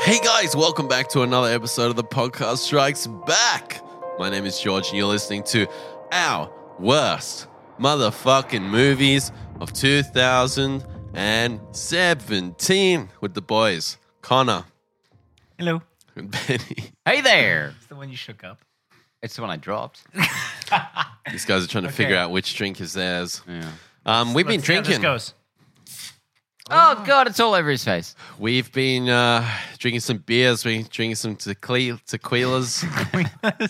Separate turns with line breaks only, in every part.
Hey guys, welcome back to another episode of the podcast Strikes Back. My name is George, and you're listening to our worst motherfucking movies of 2017 with the boys, Connor
Hello.
and Benny.
Hey there.
It's the one you shook up.
It's the one I dropped.
These guys are trying to figure out which drink is theirs. Um, we've been
Let's see how this
drinking.
goes.
Oh god, it's all over his face.
We've been uh, drinking some beers. We've been drinking some tequila, tequilas.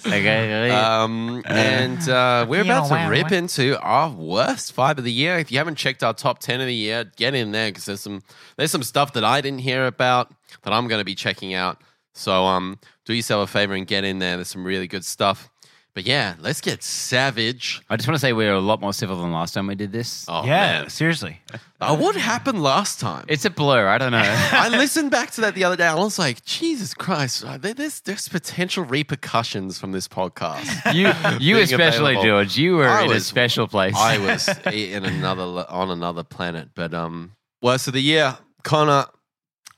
Okay. uh,
Um, and uh, we're about to
wow,
rip
wow.
into our worst five of the year. If you haven't checked our top ten of the year, get in there because there's some there's some stuff that I didn't hear about that I'm going to be checking out. So um, do yourself a favor and get in there. There's some really good stuff. But yeah, let's get savage.
I just want to say we were a lot more civil than last time we did this.
Oh
yeah,
man,
seriously.
Uh, what happened last time?
It's a blur. I don't know.
I listened back to that the other day. and I was like, Jesus Christ, uh, there- there's there's potential repercussions from this podcast.
you, you
Being
especially,
available.
George. You were
I
in
was-
a special place.
I was in another on another planet, but um, worst of the year, Connor.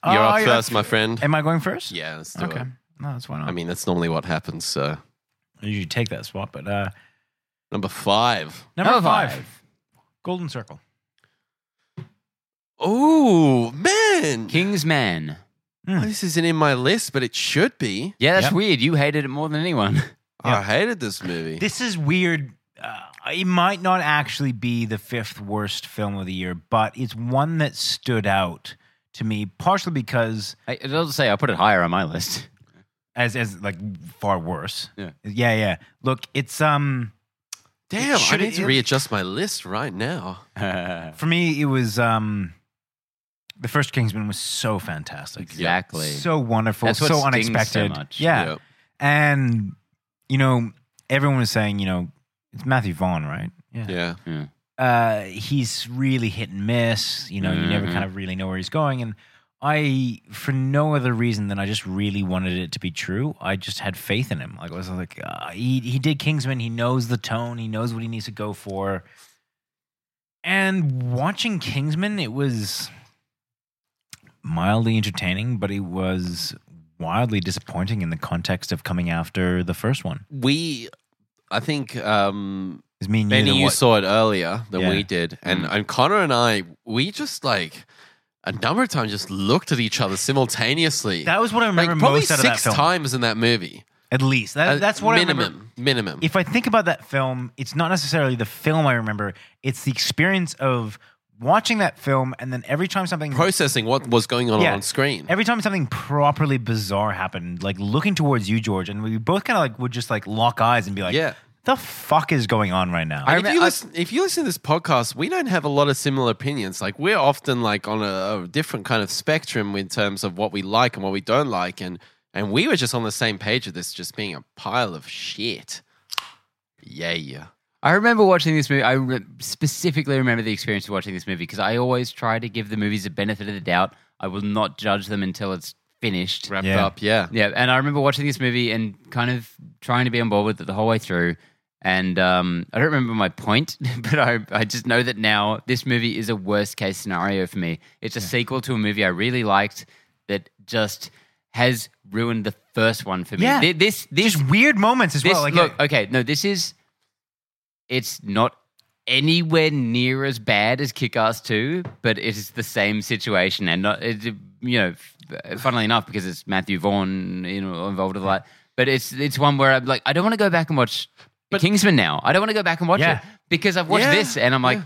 You're
Oh,
up
I-
first, my friend.
Am I going first?
Yeah, let's do
Okay.
it.
No, that's why not.
I mean, that's normally what happens. So
you usually take that spot, but uh,
number five.
number
Number
five,
five.
Golden Circle.
Oh man,
King's Man.
this isn't in my list, but it should be.
Yeah, that's
Yep.
weird. You hated it more than anyone.
I hated this movie.
This is weird. Uh, it might not actually be the fifth worst film of the year, but it's one that stood out to me, partially because
I, it doesn't say I put it higher on my list.
as as like far worse.
Yeah.
yeah, yeah. Look, it's um.
Damn, I
should
need
it-
to readjust my list right now.
For me, it was um, the first Kingsman was so fantastic,
exactly.
so wonderful,
That's what
so
stings so
unexpected.
much.
Yeah. and you know, everyone was saying, you know, it's Matthew Vaughn, right?
yeah, yeah.
Uh, he's really hit and miss. You know, you never
Mm-hmm.
Mhm.
kind of really know where he's going. And I, for no other reason than I just really wanted it to be true, I just had faith in him. Like I was like, uh, he he did Kingsman. He knows the tone. He knows what he needs to go for. And watching Kingsman, it was mildly entertaining, but it was wildly disappointing in the context of coming after the first one.
We, I think, um,
Is me and you,
Benny,
that
you
wa-
saw it earlier than
Yeah.
we did, and
Mm.
and Connor and I, we just like a number of times just looked at each other simultaneously.
that was what I
like
remember
probably
most out of that
six
film.
times in that movie.
At least
Uh,
that, that's what I remember.
minimum, minimum.
If I think about that film, it's not necessarily the film I remember. It's the experience of watching that film, and then every time something
Processing what was going on
Yeah.
on screen.
every time something properly bizarre happened, like looking towards you, George, and we both kind of like would just like lock eyes and be like,
Yeah.
the fuck is going on right now?"
And if
remem-
you
I-
listen, if you listen to this podcast, we don't have a lot of similar opinions. Like we're often like on a, a different kind of spectrum in terms of what we like and what we don't like, and and we were just on the same page with this just being a pile of shit. Yeah.
I remember watching this movie. I re- specifically remember the experience of watching this movie because I always try to give the movies a benefit of the doubt. I will not judge them until it's finished.
Wrapped
Yeah.
up. Yeah.
Yeah, and I remember watching this movie and kind of trying to be on board with it the whole way through. And um, I don't remember my point, but I, I just know that now this movie is a worst case scenario for me. It's a sequel to a movie I really liked that just has ruined the first one for me.
Yeah.
Thi- This, this,
Just weird moments as
this,
well. Like,
look, okay, no, this is, it's not anywhere near as bad as Kick Ass 2, but it is the same situation. And not, it, you know, f- funnily enough, because it's Matthew Vaughn, you know, involved with a lot, but it's, it's one where I'm like, I don't want to go back and watch Kingsman now. I don't want to go back and watch
Yeah.
it because I've watched
Yeah,
this and I'm like,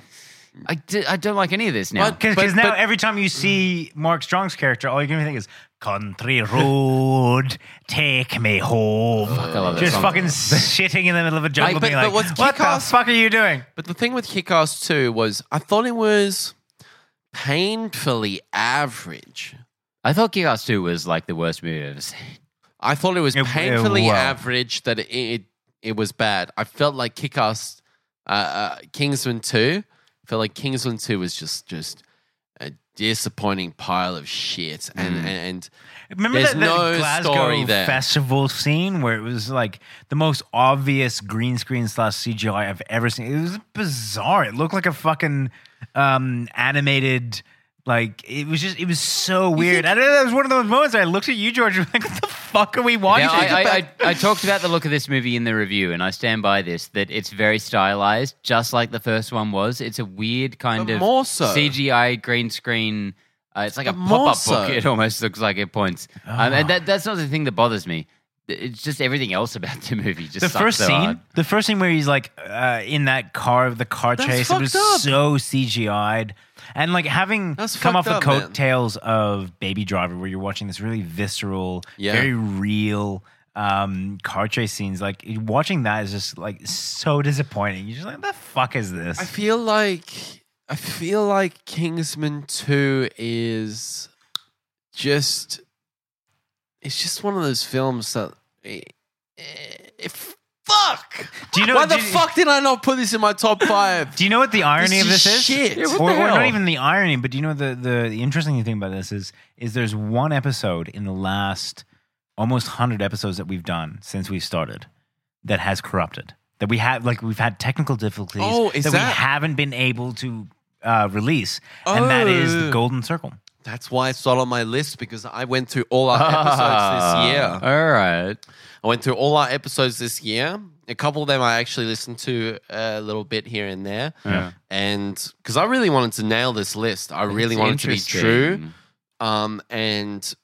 I, d- I don't like any of this now.
But-
because now
but-
every time you see Mark Strong's character, all you're gonna think is "Country Road, take me home."
I love that
Just
song.
fucking shitting in the middle of a jungle,
Like, but-
being
but
like,
what's
"What the
kick-ass-
fuck are you doing?"
But the thing with Kick Ass 2 was I thought it was painfully average.
I thought Kick Ass 2 was like the worst movie I've ever seen.
I thought it was
It- it
painfully
was.
average that it, it it was bad. I felt like Kick Ass uh, uh, Kingsman 2 felt like Kingsman 2 was just just a disappointing pile of shit and
Mm.
and, and
Remember
There's
that, that
no
Glasgow
story there.
festival scene where it was like the most obvious green screen slash CGI I've ever seen. It was bizarre. It looked like a fucking um, animated Like it was just, it was so weird. I don't know. That was one of those moments where I looked at you, George, and I'm like, what the fuck are we watching?
Now, I, I, I, I talked about the look of this movie in the review, and I stand by this that it's very stylized, just like the first one was. It's a weird kind
But
of
more so.
CGI green screen. Uh, it's like a
But more
pop up
so. Ah.
book. It almost looks like it points. Um, and that, that's not the thing that bothers me. It's just everything else about the movie. Just
the
sucks
first
so
scene,
hard.
the first scene where he's like uh, in that car, the car
That's
chase, it was
fucked up.
so CGI'd, and like having
That's
come off
fucked
the
up, man.
coattails of Baby Driver, where you're watching this really visceral,
Yeah.
very real um, car chase scenes. Like watching that is just like so disappointing. You're just like, the fuck is this?
I feel like I feel like Kingsman Two is just it's just one of those films that it, fuck.
Do you know-
why
do
the
you-
fuck did I not put this in my top five?
Do you know what the irony of
is
this is?
shit. Yeah, what
or,
the
or not
hell?
even the irony, but do you know the, the the interesting thing about this is is there's one episode in the last almost hundred episodes that we've done since we started that has corrupted that we have like we've had technical difficulties
Oh, is
we
that-
haven't been able to uh, release, and that is the
Oh.
Golden Circle.
That's why it's not on my list because I went through all our episodes
Ah,
this year.
All right.
I went through all our episodes this year. A couple of them I actually listened to uh, a little bit here and there.
Yeah.
And because I really wanted to nail this list, I really
It's
wanted to be true.
interesting.
Um, and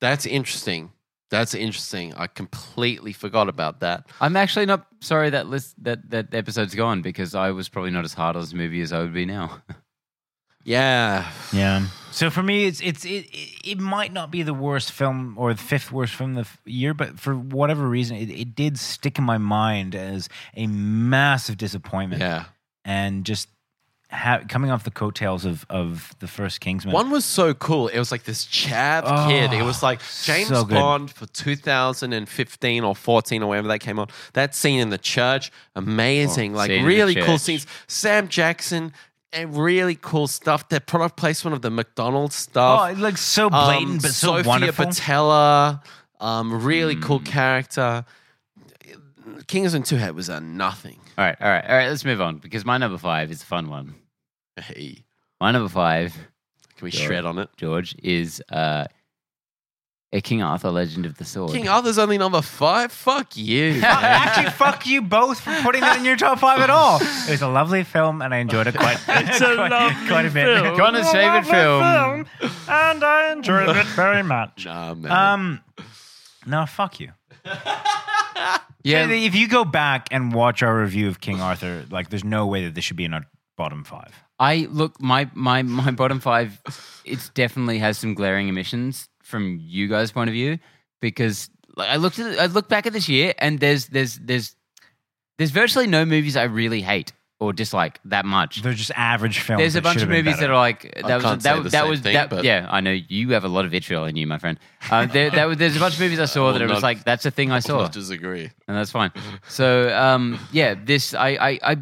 that's interesting. That's interesting. I completely forgot about that.
I'm actually not sorry that list that that episode's gone because I was probably not as hard on this movie as I would be now.
Yeah.
Yeah. So for me, it's it's it, it- it might not be the worst film or the fifth worst film of the f- year, but for whatever reason, it, it did stick in my mind as a massive disappointment.
Yeah.
And just ha- coming off the coattails of of the first Kingsman.
One was so cool. It was like this chav
Oh,
kid. It was like
Ah,
James
so good.
Bond for 2015 or 14 or whenever that came on. That scene in the church, amazing.
Oh,
like
scene in the
really cool
church.
scenes. Sam Jackson, and really cool stuff. Their product placement of the McDonald's stuff.
oh, it looks so
Um,
blatant, but so
Sophia
wonderful.
Patella, um, really cool
Hmm.
character. Kingsman 2 Head was a nothing.
All right, all right, all right. Let's move on because my number five is a fun one.
Hey,
My number five,
can we
Yeah.
shred on it?
George, is uh, a King Arthur Legend of the Sword.
King Arthur's only number five? Fuck you.
Uh, Actually, fuck you both for putting that in your top five at all. It was a lovely film, and I enjoyed it quite,
It's a
quite,
lovely
quite a bit.
film.
Connor's favorite film.
and I enjoyed it very much.
nah, man.
Um, no, fuck you.
Yeah,
If you go back and watch our review of King Arthur, like, there's no way that this should be in our bottom five.
I look my my my bottom five. It definitely has some glaring omissions from you guys' point of view because like, I looked at I look back at this year and there's there's there's there's virtually no movies I really hate or dislike that much.
They're just average films.
There's a
that
bunch
should
of
have been
movies
better.
that are like that was
can't
that,
say the
that
same
was
thing,
that
but-
yeah I know you have a lot of vitriol in you my friend. Um, there, that, was- there's a bunch of movies I saw
will
that it was
not-
like that's a thing I saw
disagree.
and that's fine. So um, yeah, this I I, I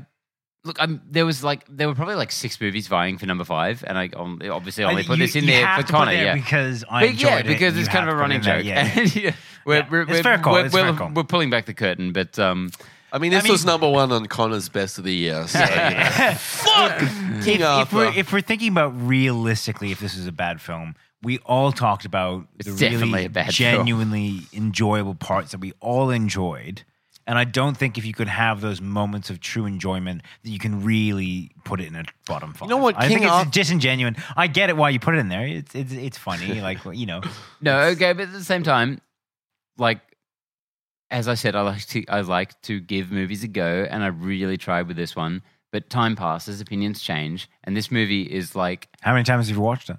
look. I'm, there was like there were probably like six movies vying for number five, and I um, obviously I only
I-
put
you-
this in
you
there
have
for
to put
Connor.
it
Yeah.
because I
But
enjoyed
yeah,
it,
because
you
it's kind
have
of
to
a
put it
running
in there.
joke.
Yeah, yeah.
And, yeah, we're,
Yeah.
we're,
It's
we're,
fair call,
We're,
it's
we're,
fair call.
we're pulling back the curtain, but um,
I mean, this
mean-
was number one on Connor's best of the year. So, Fuck! King
if
Arthur.
we're if we're thinking about realistically, if this is a bad film, we all talked about the
It's definitely
really
a bad film.
genuinely enjoyable parts that we all enjoyed. And I don't think if you could have those moments of true enjoyment that you can really put it in a bottom five.
know what,
I think
King
it's
Arth-
disingenuous. I get it why you put it in there. It's it's, it's funny, like you know.
no, okay. But at the same time, like as I said, I like to I like to give movies a go, and I really tried with this one. But time passes, opinions change, and this movie is like
How many times have you watched it?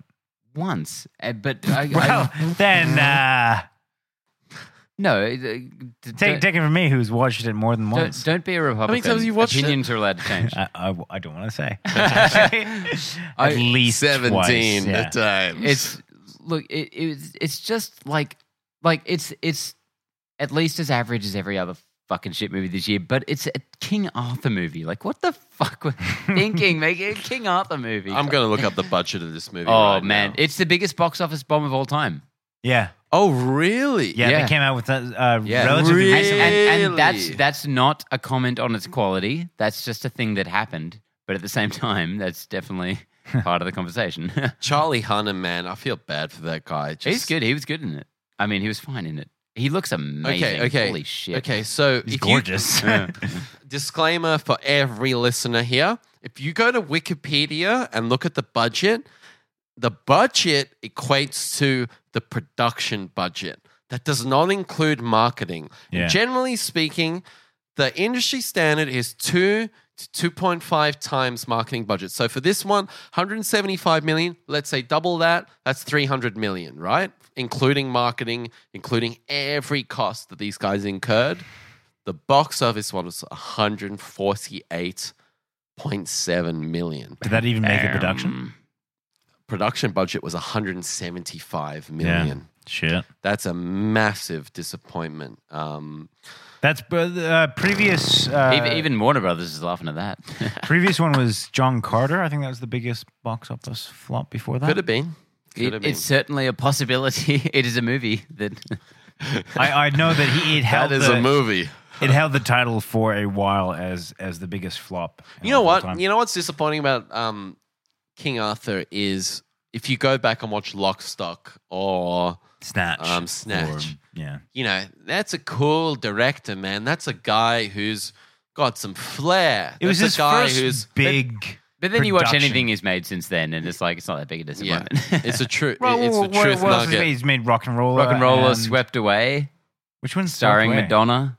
once. Uh, But I,
Well,
I,
then uh,
no, uh, d-
take
don't,
take it from me, who's watched it more than once.
don't, don't be a Republican.
times have you watched it?
Opinions are allowed to change.
I, I, I don't want to say. At least twice, yeah.
times.
it's look, it, it's it's just like like it's it's at least as average as every other fucking shit movie this year. But it's a King Arthur movie. Like what the fuck were they thinking? Make it a King Arthur movie.
I'm going to look up the budget of this movie.
Oh
right
man,
now.
it's the biggest box office bomb of all time.
yeah.
Oh, really?
Yeah,
Yeah.
they came out with that uh,
Yeah.
relatively
Really?
And,
recent-
and, and that's
Really?
that's not a comment on its quality. That's just a thing that happened. But at the same time, that's definitely part of the conversation.
Charlie Hunnam, man, I feel bad for that guy. Just,
He's good. He was good in it. I mean, he was fine in it. He looks amazing.
okay.
Holy shit.
Okay, so
He's
if you-
gorgeous.
disclaimer for every listener here: if you go to Wikipedia and look at the budget, the budget equates to the production budget. That does not include marketing.
Yeah.
Generally speaking, the industry standard is two to 2.5 times marketing budget. So for this one, 175 million, let's say double that, that's 300 million, right? Including marketing, including every cost that these guys incurred. The box office one was 148.7 million.
Did that even make a
Um,
production?
Production budget was 175 million.
Shit.
That's a massive disappointment. Um,
That's uh, previous. Uh,
Even, even Warner Brothers is laughing at that.
previous one was John Carter. I think that was the biggest box office flop before that.
could have been. Could have
It-
been.
it's certainly a possibility. It is a movie that
I, I know that he it held
that is
the,
a movie.
It held the title for a while as as the biggest flop.
You know
of all
what?
time.
You know what's disappointing about um, King Arthur is if you go back and watch Lock, Stock or
Snatch.
um, Snatch,
Or- yeah.
you know that's a cool director, man. That's a guy who's got some flair.
It was
That's a
his
guy
first
who's
big.
But then you watch
production.
anything he's made since then, and it's like it's not that big a
yeah.
disappointment.
it's a true.
Well,
it's a
what-
truth
what else has he made?
nugget.
He's made Rock and Roller.
Rock and Roller
and-
Um, swept away,
Which one's
starring
Swept Away?
Madonna.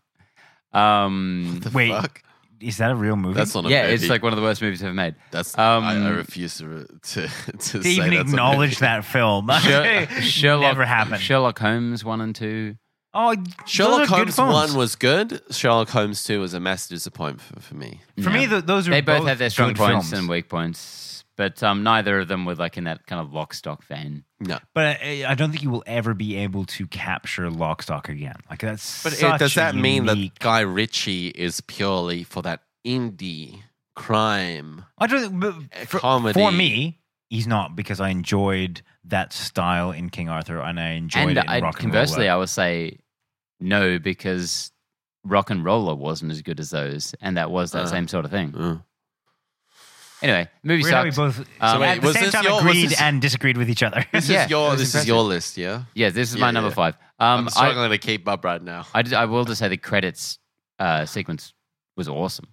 Um,
The
Wait.
fuck?
Is that a real movie?
that's not a
yeah,
movie.
it's like one of the worst movies ever made.
that's.
um,
I, I refuse to to, to
to
say
even
that's a
acknowledge
movie.
that film.
Sher- Sherlock,
Never happened.
Sherlock Holmes one and two.
oh,
Sherlock
those are good
Holmes
films.
one was good. Sherlock Holmes two was a massive disappointment for, for me.
For me, th- those are
They both, have their strong
good
points
films.
and weak points, but um, neither of them were like in that kind of lock stock vein.
No,
But I, I don't think you will ever be able to capture Lock, Stock again. Like that's.
But it,
such
does
a
that mean that
unique-
Guy Ritchie is purely for that indie crime
I don't. But for,
comedy?
for me, he's not because I enjoyed that style in King Arthur, and I enjoyed
and
it in
I,
Rock and
conversely,
Roller.
I would say no because Rock and Roller wasn't as good as those, and that was that
Uh.
same sort of thing.
Mm.
Anyway, movie
Weird how we
sucks.
both
Um,
wait,
at the
was
same
this
time
your- was
agreed
this-
and disagreed with each other.
This
Yeah,
is your
that was
this is
impressive.
your list, yeah.
yeah, this is
Yeah,
my number
yeah.
five. Um,
I'm
I,
struggling to keep up right now.
I, did- I will just say the credits uh, sequence was awesome.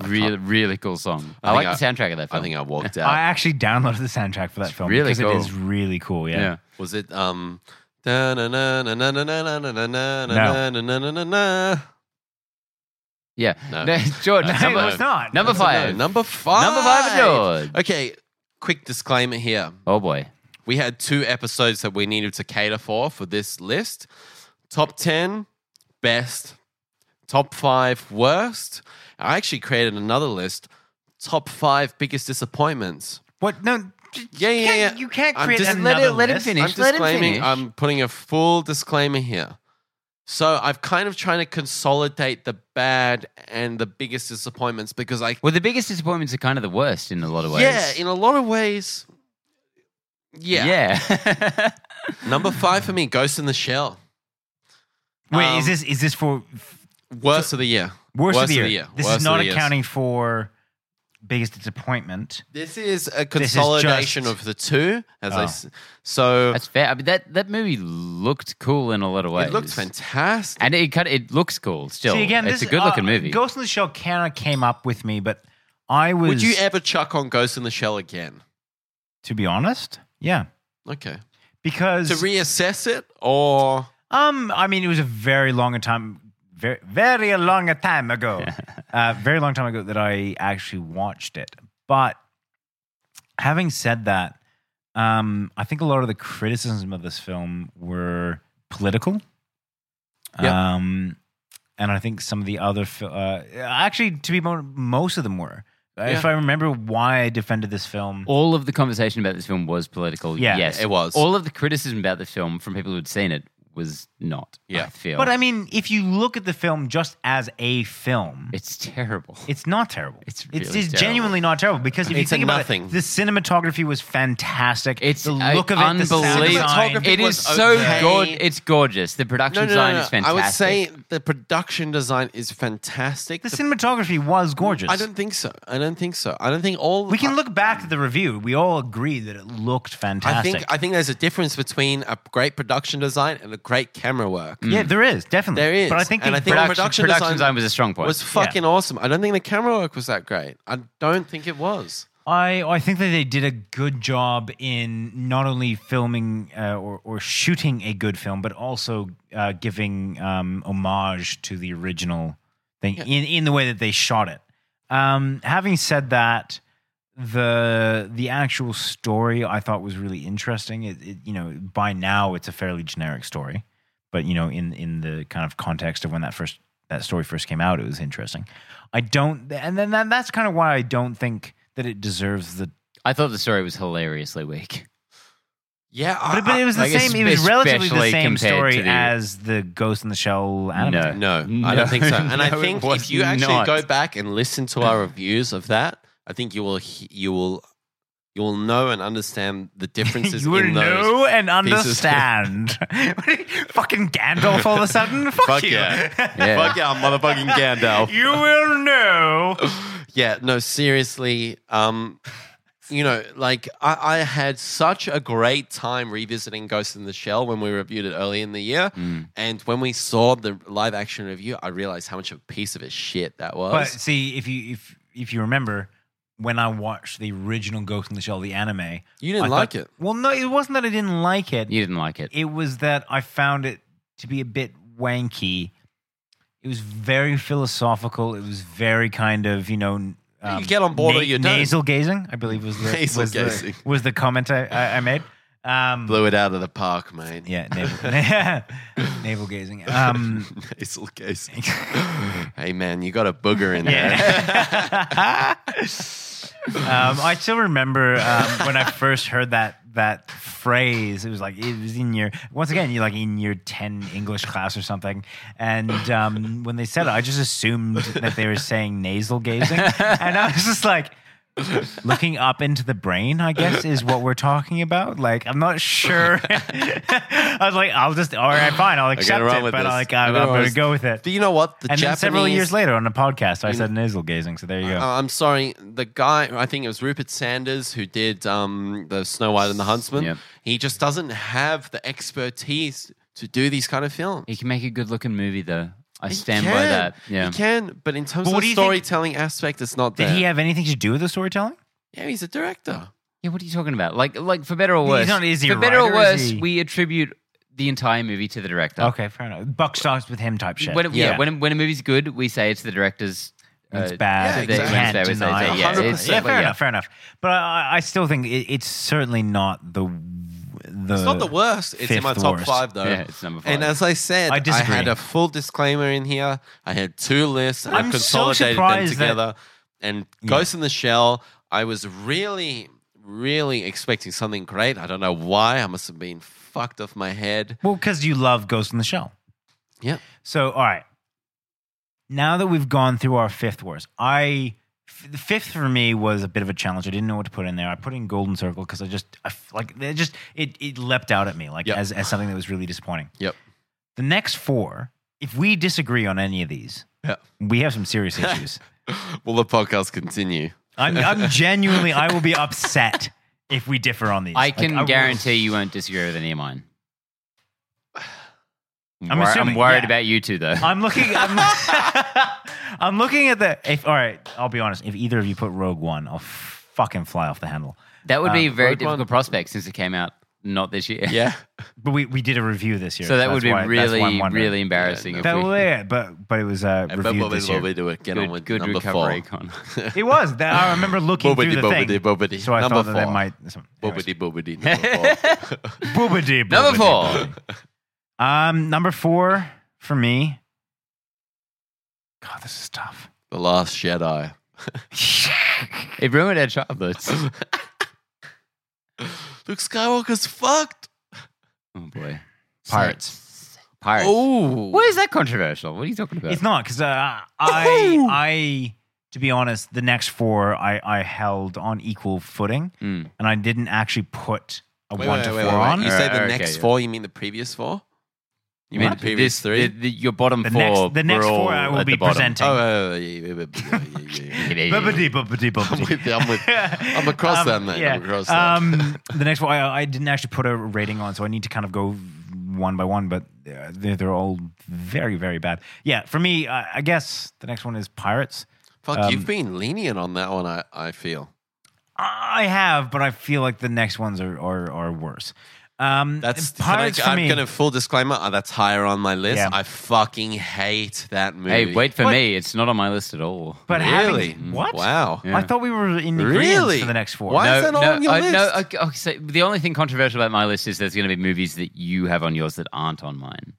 I
Really, really cool song.
I
I, like
think
the soundtrack of that
I
film.
think I walked
I
out.
actually downloaded the soundtrack for that film
really
because
cool.
it is really cool. Yeah.
Was it um? da na na na na na na na na na na na na na na na.
yeah.
No.
No, George,
No,
That's
number,
a
it was not.
number
That's a no.
five.
Number five.
Number five, George.
Okay, quick disclaimer here.
Oh boy.
we had two episodes that we needed to cater for for this list top 10 best top 5 worst i actually created another list top 5 biggest disappointments
What? No. j-
Yeah,
you
yeah,
can't-
yeah.
You can't
I'm
create
just-
another
Let it- let him
list.
finish.
i'm
let him
disclaiming
finish.
i'm putting a full disclaimer here so i've kind of trying to consolidate the bad and the biggest disappointments because i
Well, the biggest disappointments are kind of the worst in a lot of ways.
yeah in a lot of ways yeah,
Yeah.
number 5 for me ghost in the shell
Wait,
Um,
is this is this for f-
worst of the year
worst, of the year? This
Worst
is
of
not
the years.
accounting for biggest disappointment.
This is a
is just-
consolidation of the two, as I
Oh.
s- so
That's fair. I mean, that, that movie looked cool in a lot of ways.
it looked fantastic.
And it kind of, it looks cool still.
See again,
it's
this
a good looking
uh,
movie.
Ghost in the Shell kind of came up with me, but I was.
Would you e- ever chuck on Ghost in the Shell again?
to be honest? Yeah,
Okay,
because
to reassess it, or
um, I mean, it was a very long a time, very very a long a time ago, uh, very long time ago that I actually watched it. But having said that, um, I think a lot of the criticism of this film were political.
Yeah.
Um, and I think some of the other, fil- uh, actually, to be more, most of them were. If
Yeah.
I remember why I defended this film,
All of the conversation about this film was political.
Yeah,
yes,
it was.
All of the criticism about the film from people who'd seen it was not.
Yeah.
I feel,
But I mean, if you look at the film just as a film,
it's terrible.
It's not terrible.
It's
it's,
really terrible.
genuinely not terrible because if you
It's a
think about
nothing.
it, the cinematography was fantastic.
It's
the look of it, the sound
unbelievable.
design.
Cinematography
It is
was
so
okay.
good. It's gorgeous. The production design is fantastic.
I would say the production design is fantastic.
the
The-
cinematography was gorgeous.
I don't think so. I don't think so. I don't think all.
we can look back at the review. We all agree that it looked
I
fantastic.
think I think there's a difference between a great production design and a great camera work.
yeah, there is definitely.
Mm. There is,
but I think
and
the
I think
production,
production
production
design
design, was a strong point.
was fucking awesome. I don't think the camera work was that great. I don't think it was.
I, I think that they did a good job in not only filming uh, or, or shooting a good film, but also uh, giving um, homage to the original thing in, in the way that they shot it. Um, having said that, the the actual story I thought was really interesting. It, it, you know, by now it's a fairly generic story, but you know, in in the kind of context of when that first that story first came out, it was interesting. I don't, and then that, that's kind of why I don't think that it deserves the.
I thought the story was hilariously weak.
Yeah, I,
But, but it was the
Like,
same. It was
especially
relatively the same
compared
story
to the-
as the Ghost in the Shell anime.
No.
No, I don't think so. And I
No, it
think
was
if you actually
not.
go back and listen to our reviews of that, I think you will he- you will you will know and understand the differences
you would
in those.
know and
pieces.
understand. Fucking Gandalf all of a sudden. Fuck,
Fuck
you.
yeah.
Yeah.
Fuck yeah, motherfucking Gandalf.
you will know.
yeah, no, seriously. Um, you know, like I, I had such a great time revisiting Ghost in the Shell when we reviewed it early in the year, and when we saw the live action review, I realized how much of a piece of a shit that was.
But see, if you if if you remember when I watched the original Ghost in the Shell, the anime, you
you didn't like it.
Well, no, it wasn't that I didn't like it.
You didn't like it.
It was that I found it to be a bit wanky. It was very philosophical. It was very kind of you know. um,
get on board or you don't.
Nasal gazing, I believe, was the
Nasal
was the-
gazing.
was the comment I, I, I made. Um,
Blew it out of the park, man.
Yeah, navel, navel gazing. Um,
Nasal casing. hey man, you got a booger in there.
um, I still remember um, when I first heard that that phrase. It was like it was in your once again you're like in year ten English class or something. And um, when they said it, I just assumed that they were saying nasal gazing, and I was just like. Looking up into the brain, I guess, is what we're talking about. Like, I'm not sure. I was like, I'll just, all right, fine, I'll accept
run
it,
with
but
this.
like,
I
I'm,
don't
I'm going
always-
to go with it.
Do you know what? The
And then
Japanese
several years later on a podcast, I said nasal gazing. So there you go.
Uh, I'm sorry, the guy, I think it was Rupert Sanders who did um, the Snow White and the Huntsman.
Yep.
He just doesn't have the expertise to do these kind of films.
He can make a good looking movie though. I
He
stand by
can.
that. Yeah.
He can, but in terms
But what
of
do
the
you think-
storytelling aspect, it's not
Did
there.
he have anything to do with the storytelling?
yeah, he's a director.
Yeah, what are you talking about? Like like for better or worse.
He's not- is he a
for better or
writer, is
worse,
he-
we attribute the entire movie to the director.
Okay, fair enough. Buck stops with him type shit.
When, yeah. when when a movie's good, we say it's the director's
When it's
uh,
bad.
yeah,
it
they-
can't
Wednesday,
Wednesday,
deny
Wednesday,
it.
yeah, 100%.
Yeah,
Yeah,
fair
yeah.
enough, fair enough. But I, I still think it, it's certainly not the the.
It's not the worst. It's in my
Uh, fifth
top
worst.
five, though.
Yeah, it's number
And
five.
as I said,
I
I,
disagree.
had a full disclaimer in here. I had two lists. And
I'm
I've
so
consolidated them
surprised that-
together. and Ghost in the Shell, I was really, really expecting something great. I don't know why. I must have been fucked off my head.
Well, because you love Ghost in the Shell.
Yeah.
So, all right. Now that we've gone through our fifth worst, I f- the fifth for me was a bit of a challenge. I didn't know what to put in there. I put in Golden Circle because I just I f- like it just it it leapt out at me like
Yep.
as as something that was really disappointing.
Yep.
The next four, if we disagree on any of these,
Yeah.
we have some serious issues.
Will the podcast continue?
I'm, I'm genuinely, I will be upset if we differ on these.
I
Like,
can
will-
guarantee you won't disagree with any of mine. I'm,
I'm
wor-
assuming-
I'm worried
yeah.
about you two though.
I'm looking. I'm, I'm looking at the. If all right, I'll be honest. If either of you put Rogue One, I'll fucking fly off the handle.
that would be a
um,
very
Rogue One-
difficult prospect since it came out not this year.
Yeah.
But we, we did a review this year,
So that
that's
would be
why- that's why I'm
really,
wondering.
really embarrassing.
Yeah,
if
That
we-
was yeah, but but it was uh,
But
reviewed
what we-
this
what
year.
we do it. Get on with
good, good
number
recovery,
four.
Connor.
It was. That, I remember looking through the
Bobbity,
thing.
bobbity, bobbity.
So I
Number
thought that
four.
it might. some- anyways.
Bobbity, bobbity, number four.
Boobity,
Number
boobity,
four.
boobity. Um, number four for me. God, this is tough.
The Last Jedi.
It ruined our childhoods. oh
Luke Skywalker's fucked.
Oh,
boy.
Pirates.
Pirates.
Oh,
Why is that controversial? What are you talking about?
It's not because uh, I, I, to be honest, the next four I, I held on equal footing,
Mm.
and I didn't actually put a
Wait,
one
wait,
to
wait,
four
wait, wait.
on.
You say the
Alright, okay,
next
yeah.
four? You mean the previous four? You mean
What?
the previous
This-
three?
the- the- your bottom
The
four.
next- the next
were
four
all
I will
at
be
the bottom.
presenting.
oh, uh, yeah, yeah, yeah, yeah, yeah, yeah.
Bubbity, bubbity,
I'm
bubbity.
with you. I'm with. I'm across that, mate. I'm across that.
Um, the next one, I, I didn't actually put a rating on, so I need to kind of go one by one, but uh, they're, they're all very, very bad. Yeah, for me, I, I guess the next one is Pirates.
Fuck,
um,
you've been lenient on that one. I, I feel
I have, but I feel like the next ones are are, are worse. Um,
that's. can I,
Pirates for
I'm
me.
gonna full disclaimer. uh, that's higher on my list.
Yeah.
I fucking hate that movie.
Hey, wait for
What?
me. It's not on my list at all.
but
really?
having, what?
Wow.
Yeah.
I thought we were in agreement
Really?
for the next four.
Why is that not on your
I-
list?
No, okay, okay, so the only thing controversial about my list is there's going to be movies that you have on yours that aren't on mine.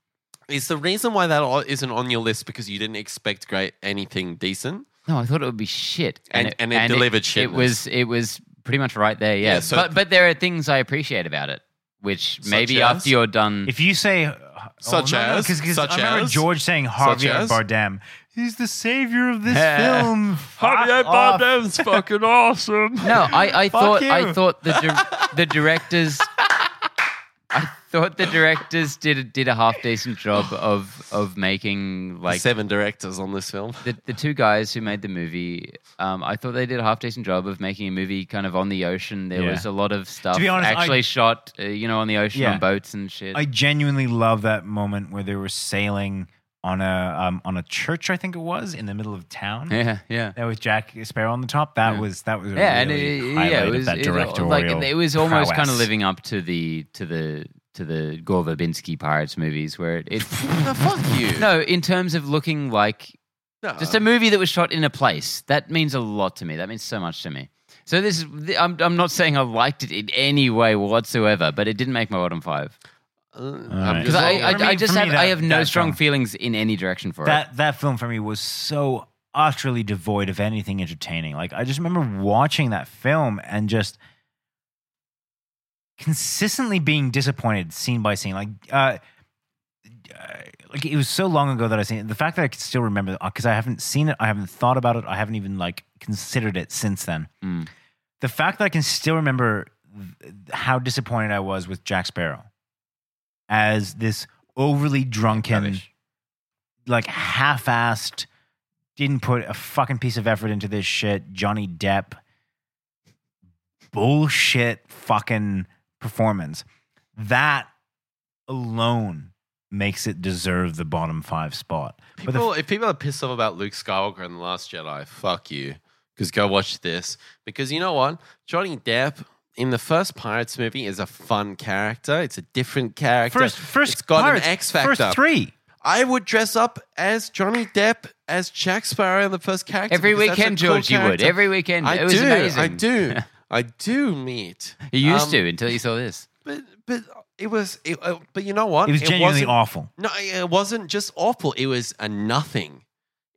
Is the reason why that all isn't on your list because you didn't expect great anything decent?
No, I thought it would be shit,
And- and it delivered shitness.
It was it was pretty much right there. Yeah,
Yeah, so-
but but there are things I appreciate about it, which
Such
maybe
as?
after you're done.
If you say uh,
Such
oh, no, no,
as-
'cause- 'cause
such
I remember
as-
George saying Javier
as-
Bardem. He's the savior of this
Yeah.
film. Fuck off.
fucking awesome.
no, I, I thought I
you.
thought the dir- the directors. I thought the directors did a- did a half decent job of of making like
seven directors on this film.
the, the two guys who made the movie, um, I thought they did a half decent job of making a movie kind of on the ocean. There
Yeah.
was a lot of stuff
To be honest,
actually
I-
shot, uh, you know, on the ocean
Yeah.
on boats and shit.
I genuinely love that moment where they were sailing on a um, on a church, I think it was, in the middle of town.
yeah, yeah.
That was Jack Sparrow on the top. That
Yeah.
was that was a
Yeah,
really
and it,
highlight
yeah, it
of
was
that
it, was-
directorial.
like it was almost kind of
prowess.
living up to the to the to the Gore Verbinski Pirates movies, where it, it
No, fuck you.
no, in terms of looking like
No.
Just a movie that was shot in a place. That means a lot to me. That means so much to me. So this is, th- I'm, I'm not saying I liked it in any way whatsoever, but it didn't make my bottom five.
Uh, I'm
Alright.
Because
just-
I,
For
I,
me-
I
for
just
me,
have, I
that-
have no
that
strong
film.
feelings in any direction for it.
That that film for me was so utterly devoid of anything entertaining. Like I just remember watching that film and just consistently being disappointed scene by scene. Like uh, uh, like it was so long ago that I seen it. The fact that I can still remember because I haven't seen it, I haven't thought about it, I haven't even like considered it since then.
Mm.
The fact that I can still remember th- how disappointed I was with Jack Sparrow as this overly drunken
Rubbish.
like half-assed, didn't put a fucking piece of effort into this shit. Johnny Depp, bullshit fucking performance. That alone makes it deserve the bottom five spot. But the
people, if people are pissed off about Luke Skywalker and The Last Jedi, fuck you. Because go watch this. Because you know what? Johnny Depp in the first Pirates movie is a fun character. It's a different character.
first, first,
it's got
Pirates,
an X factor.
First three.
I would dress up as Johnny Depp as Jack Sparrow in the first character.
Every
because that's a
weekend,
cool
George, you would.
character.
Every weekend.
I
it was
do.
amazing.
I do. I do meet.
You used
Um,
to until you saw this.
But but it was. It, uh, but you know what?
It was genuinely
wasn't-
awful.
No, it wasn't just awful. It was a nothing.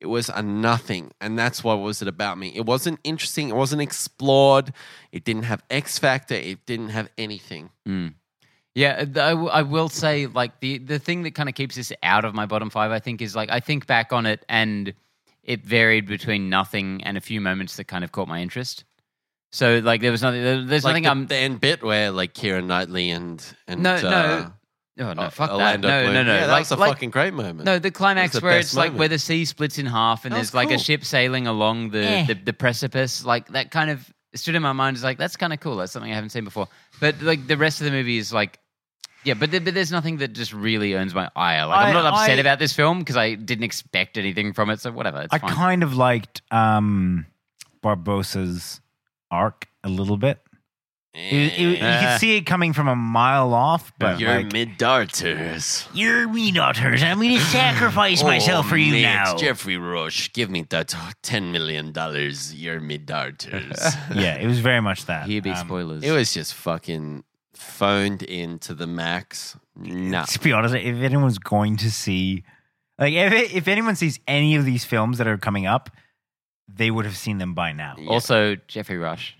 It was a nothing, and that's what was it about me. It wasn't interesting. It wasn't explored. It didn't have X factor. It didn't have anything.
Mm. Yeah, uh, th- I, w- I will say, like, the, the thing that kind of keeps this out of my bottom five, I think, is like, I think back on it and it varied between nothing and a few moments that kind of caught my interest. So, like, there was nothing, there- there's
like
nothing
the,
I'm.
the end bit where like Kieran Knightley and and
No,
uh,
no. oh, no,
uh,
fuck that.
Orlando
No,
Bloom.
no, no.
Yeah, that
like,
was a
like,
fucking great moment.
No, the climax
the
where
best
it's like
moment.
where the sea splits in half and
That
there's
was
like a
cool.
ship sailing along the,
Eh.
the, the precipice. Like that kind of stood in my mind as like, that's kind of cool. That's something I haven't seen before. But like the rest of the movie is like, yeah, but, there, but there's nothing that just really earns my ire. Like I,
I-
am not upset
I-
about this film because I didn't expect anything from it. So whatever, it's
I
fine.
kind of liked um, Barbosa's arc a little bit. It- it- you
Eh.
could see it coming from a mile off, but
You're
like,
mid darters.
You're me, not hers. I'm going to
Oh,
sacrifice myself for you now.
Oh, Jeffrey Rush, give me that ten million dollars. You're mid darters.
Yeah, it was very much that.
Here be
Um,
spoilers.
It was just fucking phoned in to the max. Nah.
To be honest, if anyone's going to see, like, if, it, if anyone sees any of these films that are coming up, they would have seen them by now.
Yeah.
also Jeffrey Rush.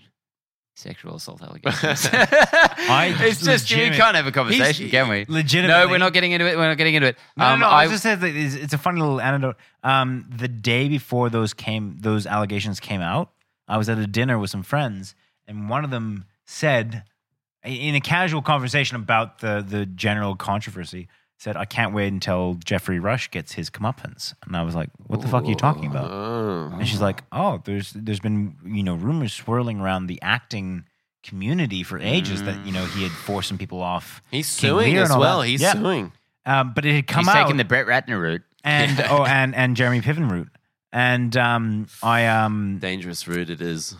sexual assault allegations.
I
it's just we
legit-
can't have a conversation,
He's-
can we?
legitimately-
No, we're not getting into it. We're not getting into it.
No, no,
Um,
no, I,
I,
was just saying that it's, it's a funny little anecdote. Um, the day before those came, those allegations came out, I was at a dinner with some friends, and one of them said, in a casual conversation about the the general controversy, said, "I can't wait until Jeffrey Rush gets his comeuppance." And I was like, "What the fuck are you talking about?"
Oh.
And she's like, "Oh, there's there's been you know rumors swirling around the acting." community for ages
Mm.
that you know he had forced some people off
He's
King
suing
Lear
as
and all
well.
that.
He's
Yeah.
suing.
um, but it had come
he's
out
taking the Brett Ratner route.
and
Yeah.
oh, and and Jeremy Piven route. And um, I um,
Dangerous route it is.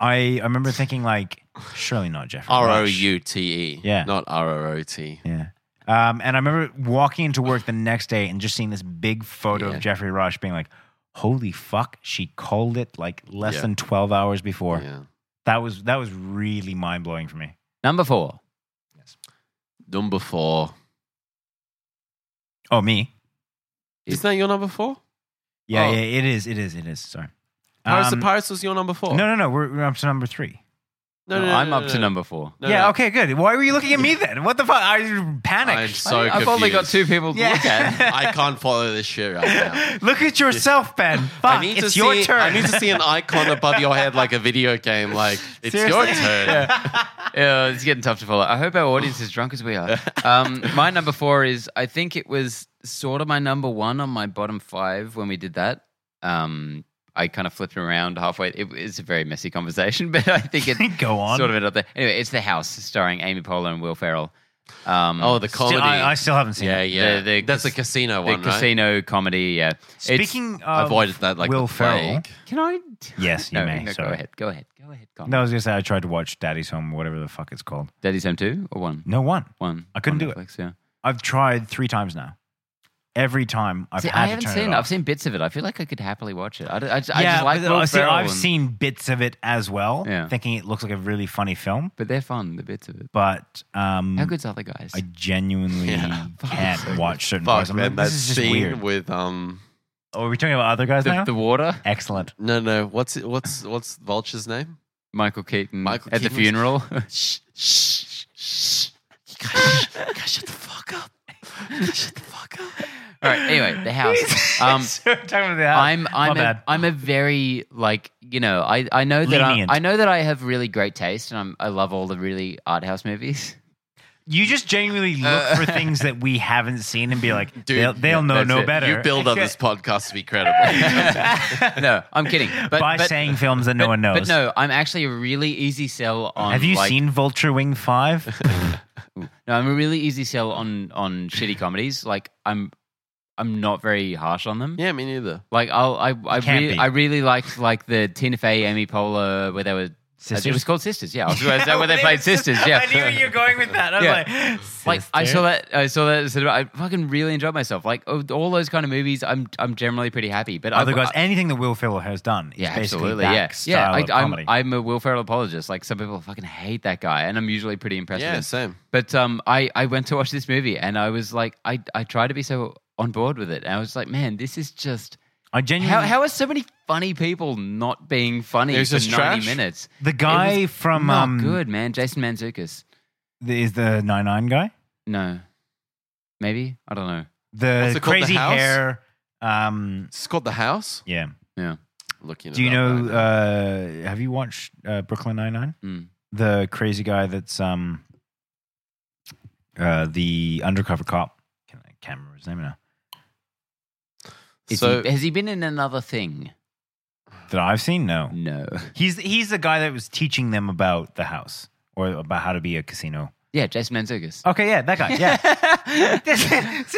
I I remember thinking like, surely not Jeffrey.
R O
Rush.
U T E.
Yeah.
Not R O O T.
Yeah. Um, and I remember walking into work the next day and just seeing this big photo
Yeah.
of Jeffrey Rush being like, "Holy fuck!" She called it like less
Yeah.
than twelve hours before.
Yeah.
That was that was really mind blowing for me.
Number four.
Number four.
Oh me?
Isn't that your number four?
Yeah,
Oh.
yeah. It is. It is. It is. Sorry.
Pirates,
Um,
the Pirates was your number four.
no, no, no. We're, we're up to number three.
No,
No,
no, no,
Oh, I'm
no,
up
no,
to
no.
number four.
No,
yeah.
no.
Okay. Good. Why were you looking at me then? What the fuck? I panicked.
I'm so
I, have
confused.
only got two people to
Yeah.
look at.
I can't follow this shit right now.
Look at yourself, Ben. Fuck,
I need to
it's
see,
your turn.
I need to see an icon above your head like a video game. Like it's your
Seriously?
turn.
Yeah, it's getting tough to follow. I hope our audience is drunk as we are. Um, my number four is I think it was sort of my number one on my bottom five when we did that. Um, I kind of flipped it around halfway. It, it's a very messy conversation, but I think it
Go on.
sort of ended up there. Anyway, it's The House starring Amy Poehler and Will Ferrell. Um,
Oh, the
Still-
comedy.
I, I still haven't seen
yeah,
it.
yeah.
The- the
That's a
cas-
casino
the
one, right?
casino comedy. Yeah, It's-
Speaking
I
of
avoided that like
Um, Will
the plague.
can I?
Yes, you
no,
may.
No, go
Sorry.
ahead. Go ahead. Go ahead. Go
No, I was gonna say I tried to watch Daddy's Home, whatever the fuck it's called.
Daddy's Home two or one?
No one.
One.
I couldn't
on
do it.
Netflix, Yeah.
I've tried three times now. Every time I've
See,
had
I haven't
to turn
seen.
it
It.
off.
I've seen bits of it. I feel like I could happily watch it. I, d- I just, I
yeah,
just like
but,
Will
uh, see,
Ferrell
I've
and-
seen bits of it as well,
Yeah.
thinking it looks like a really funny film.
but they're fun. The bits of it.
But um,
How good's other guys?
I genuinely
Yeah.
can't watch certain parts.
Fuck,
I'm
man.
like,
That
this is just
scene
weird.
with um.
Oh, are we talking about other guys
the,
now?
the water.
Excellent.
No, no. What's it, what's what's Vulture's name?
Michael Keaton.
Michael
at the
Keaton was-
funeral.
Shh, shh, shh. You guys, you guys shut the fuck up. You guys shut the fuck up.
All right. Anyway, the house. Um,
So talking about the house.
I'm I'm
My
a,
bad.
I'm a very like you know I, I know that I,
Lenient.
I know that I have really great taste and I'm, I love all the really art house movies.
You just genuinely look
Uh,
for things that we haven't seen and be like,
Dude,
they'll, they'll know
that's
no
it.
better.
You build up this podcast to be credible.
no, I'm kidding. But,
by
but,
saying films that no
but-
one knows.
But no, I'm actually a really easy sell on.
Have you
like,
seen Vulture Wing Five?
No, I'm a really easy sell on on shitty comedies. Like I'm I'm not very harsh on them.
yeah, me neither.
Like I'll I I,
can't
really
be.
I really liked like the Tina Fey, Amy Poehler, where they were uh, It
Sisters? Oh,
was called Sisters. Yeah, I was, is that where they played Sisters? Yeah.
I knew where you were going with that. I was
Yeah.
like,
Like I
sister?
saw that, I saw that. at the cinema. I fucking really enjoyed myself. Like of all those kind of movies, I'm I'm generally pretty happy. But
Other
I,
guys,
I-
anything that Will Ferrell has done is
yeah,
basically
absolutely,
that
yeah,
style
yeah.
of
I, I'm
comedy.
I'm a Will Ferrell apologist. Like some people fucking hate that guy, and I'm usually pretty impressed. with
Yeah,
him.
same.
But um, I, I went to watch this movie and I was like, I, I tried to be so on board with it. And I was like, man, this is just.
I genuinely
How, how are so many funny people not being funny
It was
for 90
just trash.
minutes?
the guy from
not
um,
good, man. Jason Manzukis.
the- is the Nine Nine guy,
No. Maybe? I don't know.
What's
the
it called, The
crazy
House?
hair. Um,
It's called The House.
yeah.
Yeah.
Looking.
Do
it
you
up
know?
right
Uh, have you watched uh, Brooklyn Nine Nine?
Mm.
the crazy guy that's um uh the undercover cop. Can I can't remember his name now.
now.
Is
so
he, has he been in another thing?
That I've seen? No.
No.
He's he's the guy that was teaching them about the house or about how to be a casino.
Yeah, Jason Manzukis.
Okay, yeah, that guy. Oh,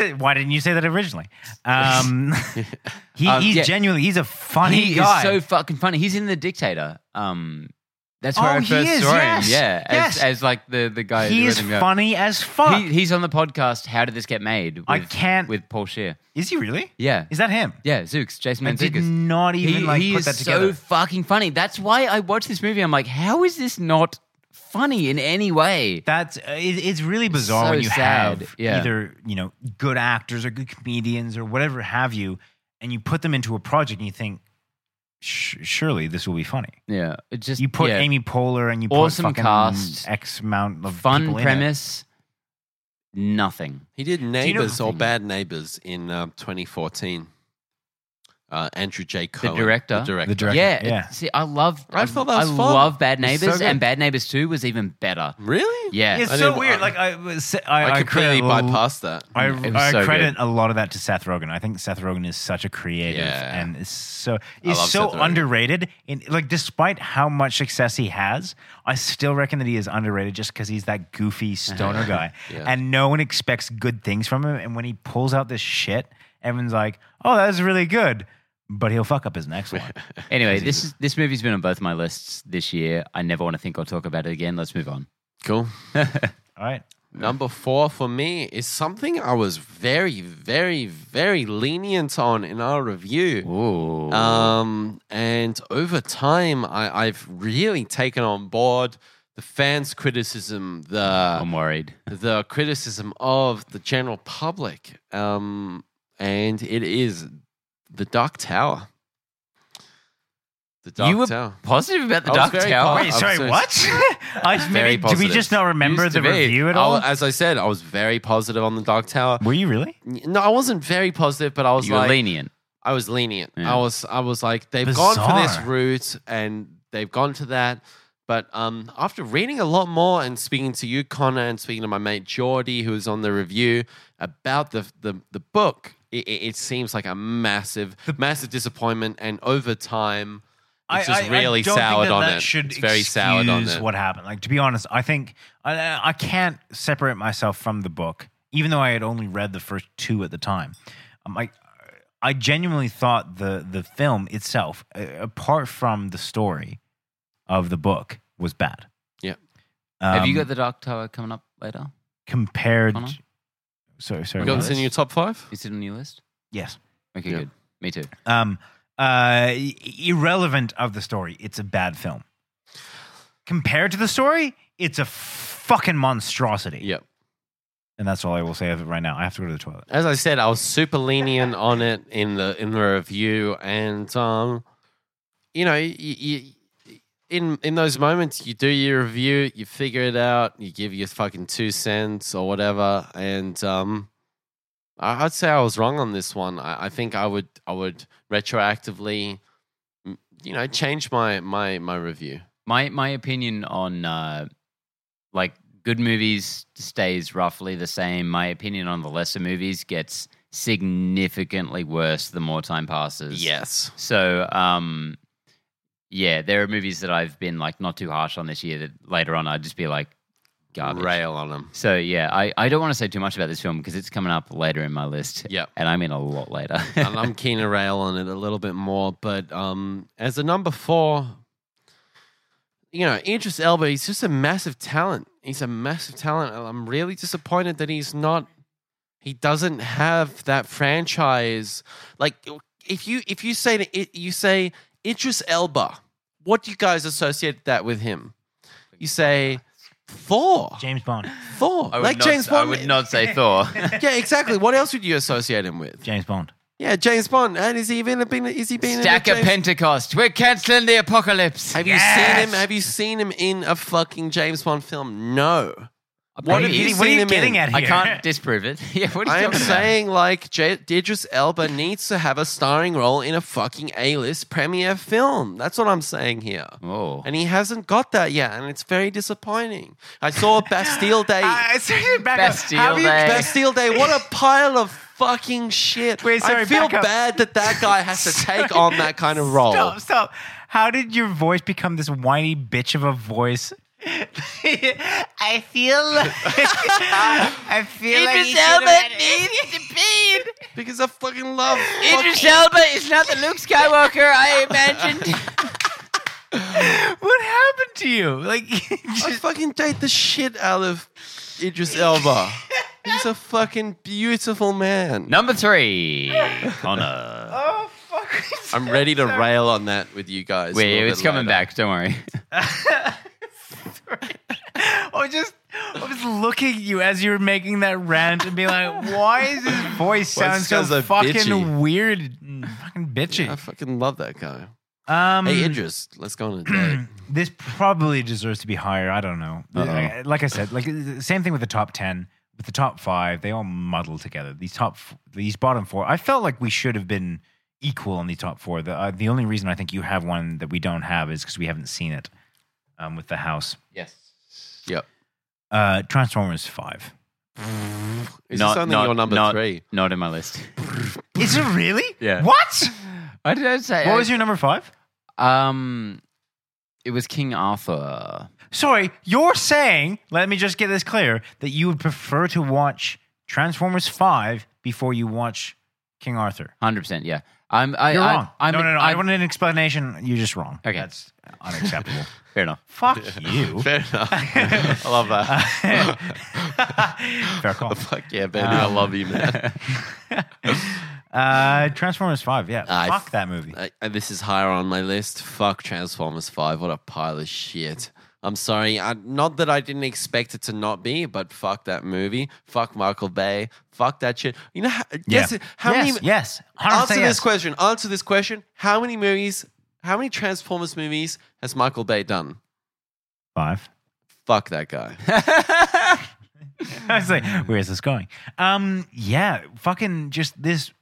Yeah. Why didn't you say that originally? Um, he,
Um,
he's
yeah.
genuinely he's a funny
he
guy.
is so fucking funny. He's in The Dictator. Um, that's where
Oh,
I
he
first
is,
saw
yes,
him. Yeah, as,
yes.
as like the the guy. the
he is
rhythm guy.
funny as fuck.
He, he's on the podcast. How did this get made? With,
I can't-
with Paul Shear.
is he really?
Yeah,
Is that him?
yeah. Zooks, Jason
I did
Mantzoukas.
not even
He,
like
he
put
is
that
so
together.
fucking funny. That's why I watched this movie. I'm like, how is this not funny in any way?
That's uh, it, it's really bizarre
so
when you
sad,
have
yeah.
either you know good actors or good comedians or whatever have you, and you put them into a project and you think, sh- surely this will be funny.
Yeah, it just
You put
yeah.
Amy Poehler and you put
Awesome
fucking
cast.
X amount of
fun
people in it.
premise, nothing.
He did
you know-
Neighbors or Bad Neighbors in um, 2014. Uh, Andrew J. Cohen,
director.
The director.
The director.
Yeah, it-
yeah.
See, I love.
I thought that was
I
fun.
love Bad
It's so
Neighbors,
good.
and Bad Neighbors Two was even better.
Really?
Yeah,
It's
I
so
didn't-
weird.
I-
like I, was- I,
I,
I
completely
credit a l-
bypassed that.
I,
It was
I
so
credit a lot of that to Seth Rogen. I think Seth Rogen is such a creative
Yeah.
and is so is
love
so
Seth Rogen.
underrated. In like, despite how much success he has, I still reckon that he is underrated just because he's that goofy stoner guy,
Yeah.
and no one expects good things from him. And when he pulls out this shit, everyone's like, "Oh, that was really good," but he'll fuck up his next one.
Anyway, this is, this movie's been on both my lists this year. I never want to think I'll talk about it again. Let's move on.
Cool.
All right,
Number four for me is something I was very, very, very lenient on in our review.
Ooh.
Um, and over time, I, I've really taken on board the fans' criticism, the
I'm worried.
the criticism of the general public, um, and it is the Dark Tower. The Dark
You were
Tower.
Positive about
I
the
was
Dark
very
Tower.
positive.
wait,
Oh, I'm
sorry,
so-
what? I
Very
maybe, do we
positive.
just not remember
Used to
the
be.
review at
I
all?
wa- as I said, I was very positive on the Dark Tower.
Were you really?
No, I wasn't very positive, but I was
You were
like,
lenient.
I was lenient.
Yeah.
I was I was like, they've gone for this
Bizarre.
route and they've gone to that. But um, after reading a lot more and speaking to you, Connor, and speaking to my mate Geordie, who was on the review about the the, the book, it, it it seems like a massive, massive disappointment. And over time, it's just really
don't think
soured
that
on
that
it.
Should
It's very soured on
excuse
it.
What happened? Like to be honest, I think I, I can't separate myself from the book, even though I had only read the first two at the time. I'm like, I genuinely thought the the film itself, uh, apart from the story of the book, was bad.
Yeah.
Have you
Um,
got the Dark Tower coming up later?
compared?
Uh-huh.
Connor?
Sorry, sorry.
you
what?
got this in your top five?
Is it on your list?
yes.
Okay,
Yeah.
good. Me too.
Um, uh, i- irrelevant of the story, it's a bad film. Compared to the story, it's a fucking monstrosity.
Yep.
And that's all I will say of it right now. I have to go to the toilet.
as I said, I was super lenient on it in the in the review, and um, you know, you, you, in in those moments, you do your review, you figure it out, you give your fucking two cents or whatever, and um, I, I'd say I was wrong on this one. I, I think I would I would retroactively, mm, you know, change my my my review.
My my opinion on uh, like good movies stays roughly the same. My opinion on the lesser movies gets significantly worse the more time passes.
Yes,
So, um, yeah, there are movies that I've been like not too harsh on this year that later on I'd just be like garbage.
rail on them.
So yeah, I, I don't want to say too much about this film because it's coming up later in my list.
Yep.
And I mean a lot later.
and I'm keen to rail on it a little bit more. But um, as a number four, you know, Idris Elba, he's just a massive talent. He's a massive talent. and I'm really disappointed that he's not. He doesn't have that franchise. Like, if you if you say to, it- you say Idris Elba, what do you guys associate that with him? You say Thor.
James Bond.
Thor,
I would
like
not,
James
I
Bond. eh,
would not say Thor.
Yeah, exactly. What else would you associate him with?
James Bond.
Yeah, James Bond. And is he even been? Is he been?
Stack
in
of
a James-
Pentecost. We're canceling the apocalypse.
Have you seen him? Have you seen him in a fucking James Bond film? No.
What
What are
have you
you, what are
seen
you
him
getting
in?
at here?
I can't disprove it. yeah, what are
I
you
am
talking
saying like J- Idris Elba needs to have a starring role in a fucking A-list premiere film. That's what I'm saying here.
about? Oh.
And he hasn't got that yet, and it's very disappointing. I saw Bastille Day.
Uh, sorry, back up.
Bastille
Have you-
Day.
Bastille Day. What a pile of fucking shit.
Wait,
I
sorry,
feel
back up.
bad that that guy has to take on that kind of role.
Stop, stop. How did your voice become this whiny bitch of a voice? I feel like I feel like you should've had it.
needs to be.
Because I fucking love
Idris Elba is not the Luke Skywalker I imagined.
What happened to you? Like,
I
just,
fucking date the shit out of Idris Elba. He's a fucking beautiful man.
Number three, Connor.
oh fuck!
I'm ready to rail on that with you guys. a
Wait,
little
it's
bit
coming
later.
back. Don't worry.
I was just, I was looking at you as you were making that rant and being like, "Why is his voice
Well,
sound
it's
so
'cause I'm
fucking
bitchy.
weird, and fucking bitchy?"
I fucking love that guy.
Um,
Hey, Idris, let's go on a date.
this probably deserves to be higher. I don't know.
Uh-oh.
I- like I said, like the same thing with the top ten, with the top five, they all muddle together. These top, f- these bottom four. I felt like we should have been equal in the top four. The uh, the only reason I think you have one that we don't have is because we haven't seen it um, with the house.
Yes.
yep.
Uh, Transformers five.
Is
Not-
this only
not-
your number
not-
three?
Not in my list.
Is it really?
Yeah.
What?
I did I say.
What was your number five?
Um, it was King Arthur.
Sorry, you're saying, let me just get this clear, that you would prefer to watch Transformers 5 before you watch King Arthur.
Hundred percent. Yeah. I'm. I,
You're
I,
wrong.
I'm,
no, no, no. I,
I'm-
want an explanation. You're just wrong.
Okay.
That's unacceptable.
Fair enough.
Fuck you.
Fair enough. I love that.
Fair call.
Fuck yeah, Benny. I
Um,
love you, man.
Uh, Transformers 5, yeah.
I-
Fuck that movie.
I, I- this is higher on my list. Fuck Transformers 5. What a pile of shit. I'm sorry. I, not that I didn't expect it to not be, but fuck that movie. Fuck Michael Bay. Fuck that shit. You know, how, guess it- how
yes,
many.
Yes. 100%
Answer
yes.
this question. Answer this question. How many movies, how many Transformers movies has Michael Bay done?
Five.
Fuck that guy.
I was like, where is this going? Um, yeah, fucking just this.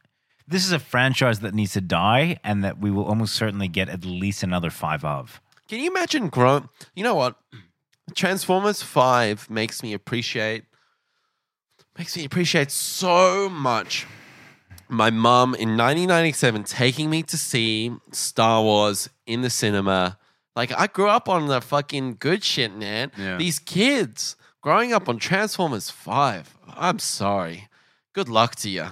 This is a franchise that needs to die, and that we will almost certainly get at least another five of.
Can you imagine grown? You know what? Transformers Five makes me appreciate makes me appreciate so much. My mum in 1997 taking me to see Star Wars in the cinema. Like I grew up on the fucking good shit, man.
Yeah.
These kids growing up on Transformers Five. I'm sorry. Good luck to you.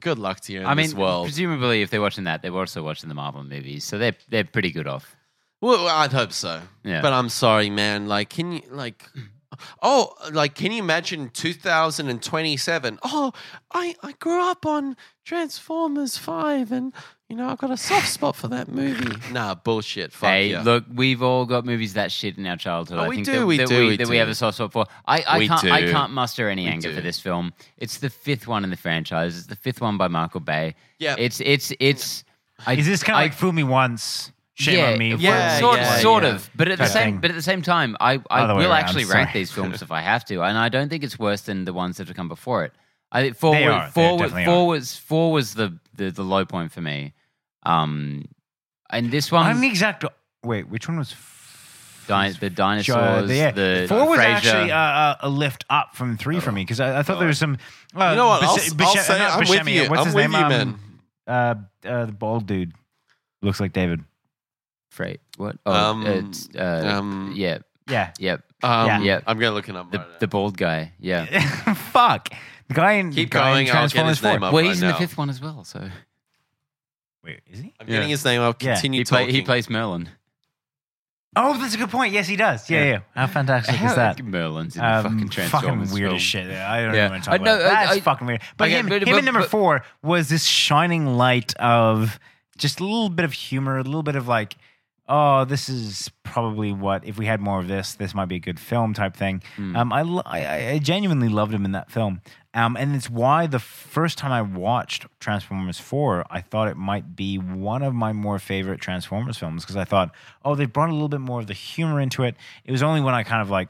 Good luck to you in
I mean,
this world.
presumably, if they're watching that, they're also watching the Marvel movies, so they're they're pretty good off.
Well, I'd hope so.
Yeah.
But uh, I'm sorry, man. Like, can you like? Oh, like, can you imagine 2027? Oh, I I grew up on Transformers Five, and you know I've got a soft spot for that movie. Nah, bullshit. Fuck
hey,
yeah.
look, we've all got movies that shit in our childhood.
Oh,
I
we
think
do,
that,
we
that
do,
we,
we
that
do.
we have a soft spot for. I, I
We
can't I
do.
can't muster any
We
anger
do.
for this film. It's the fifth one in the franchise. It's the fifth one by Michael Bay.
Yeah.
it's it's it's. I,
Is this kind of
I-
like fool me once, shame
yeah,
on me?
well,
Yeah,
sort,
yeah,
sort
yeah.
of. But at the
Kind of
same,
thing.
but at the same time, I, I
Other way
will
around,
actually rank
sorry.
these films if I have to, and I don't think it's worse than the ones that have come before it. I think four,
They
was-
are. They
four, was-
definitely are.
four was four was the, the the low point for me. Um, and this one,
I'm the exact. Wait, which one was? f-
Di- the dinosaurs,
Uh, yeah.
the
four was
Frasier.
actually uh, uh, a lift up from three for me because I, I thought there was some. Uh,
you know
um,
what? I'll,
Bish-
I'll
Bish-
uh,
say
not
I'm with
Buscemi,
you.
What's
I'm
his
with
name?
you,
Um,
man.
Uh, uh, the bald dude looks like David.
Freight. What? Oh,
Um,
it's, uh,
um,
yeah,
Yeah.
yeah.
Um,
yeah.
yeah.
I'm gonna look it up.
The
right now.
the bald guy. Yeah.
Fuck. The guy in
Keep
the guy
going,
In
I'll get his
Transformers 4.
name up
well,
right
he's in
now.
the fifth one as well. So
Wait, is he?
I'm
Yeah.
getting his name. I'll
Yeah.
continue
he, play,
talking.
he plays Merlin.
Oh, that's a good point. Yes, he does. Yeah, yeah.
Yeah.
How fantastic
How-
is that?
Merlin's in
Um,
the fucking Transformers
weird
film.
as shit. I don't
Yeah.
even want to
I
talk
know,
about it. That's
I- I-
fucking weird. But
Okay,
him,
but-
him
but-
in number
but-
four was this shining light of just a little bit of humor, a little bit of like, oh, this is probably what if we had more of this, this might be a good film type thing.
Mm.
Um, I, lo- I- I I genuinely loved him in that film, um, and it's why the first time I watched Transformers four, I thought it might be one of my more favorite Transformers films because I thought, oh, they brought a little bit more of the humor into it. It was only when I kind of like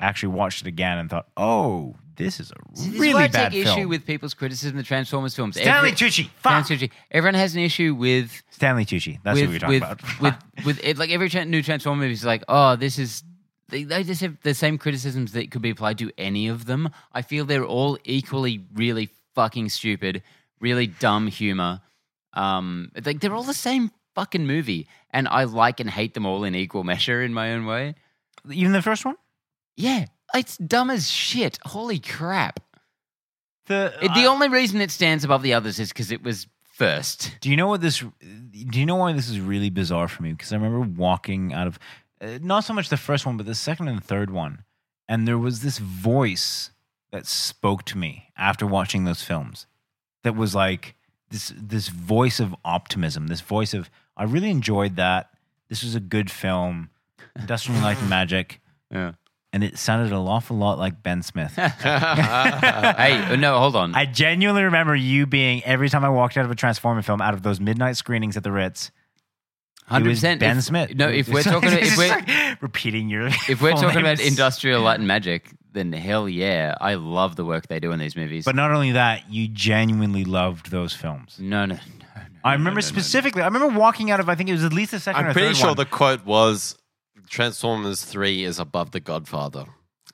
actually watched it again and thought, oh, this is a
This is
really
why I
bad
take
film.
issue with people's criticism of Transformers films.
Stanley
Every-
Tucci. Fuck.
Stanley Tucci. Everyone has an issue with
Stanley Tucci. That's
with
what we were talking about.
with, with with it, like every tran new Transformer movie is like, oh, this is. They, they just have the same criticisms that could be applied to any of them. I feel they're all equally really fucking stupid, really dumb humor. Um, it's like they're all the same fucking movie, and I like and hate them all in equal measure in my own way.
Even the first one?
Yeah, it's dumb as shit. Holy crap!
The,
It, the only reason it stands above the others is because it was first.
Do you know what this? Do you know why this is really bizarre for me? Because I remember walking out of, uh, not so much the first one, but the second and third one, and there was this voice that spoke to me after watching those films, that was like this this voice of optimism, this voice of I really enjoyed that. This was a good film, Industrial Light and Magic,
Yeah.
and it sounded an awful lot like Ben Smith.
hey, uh, no, hold on.
I genuinely remember you being every time I walked out of a Transformer film, out of those midnight screenings at the Ritz. He
Hundred
was
percent.
Ben Smith.
No, if we're talking, if
Just
we're
like repeating your,
if
full
we're talking about
names.
industrial light and magic, then hell yeah, I love the work they do in these movies.
But not only that, you genuinely loved those films.
no, no, no. no,
I
no,
remember
no, no, no.
specifically. I remember walking out of. I think it was at least the second.
I'm
or
pretty
third
sure
one.
the quote was Transformers 3 is above The Godfather.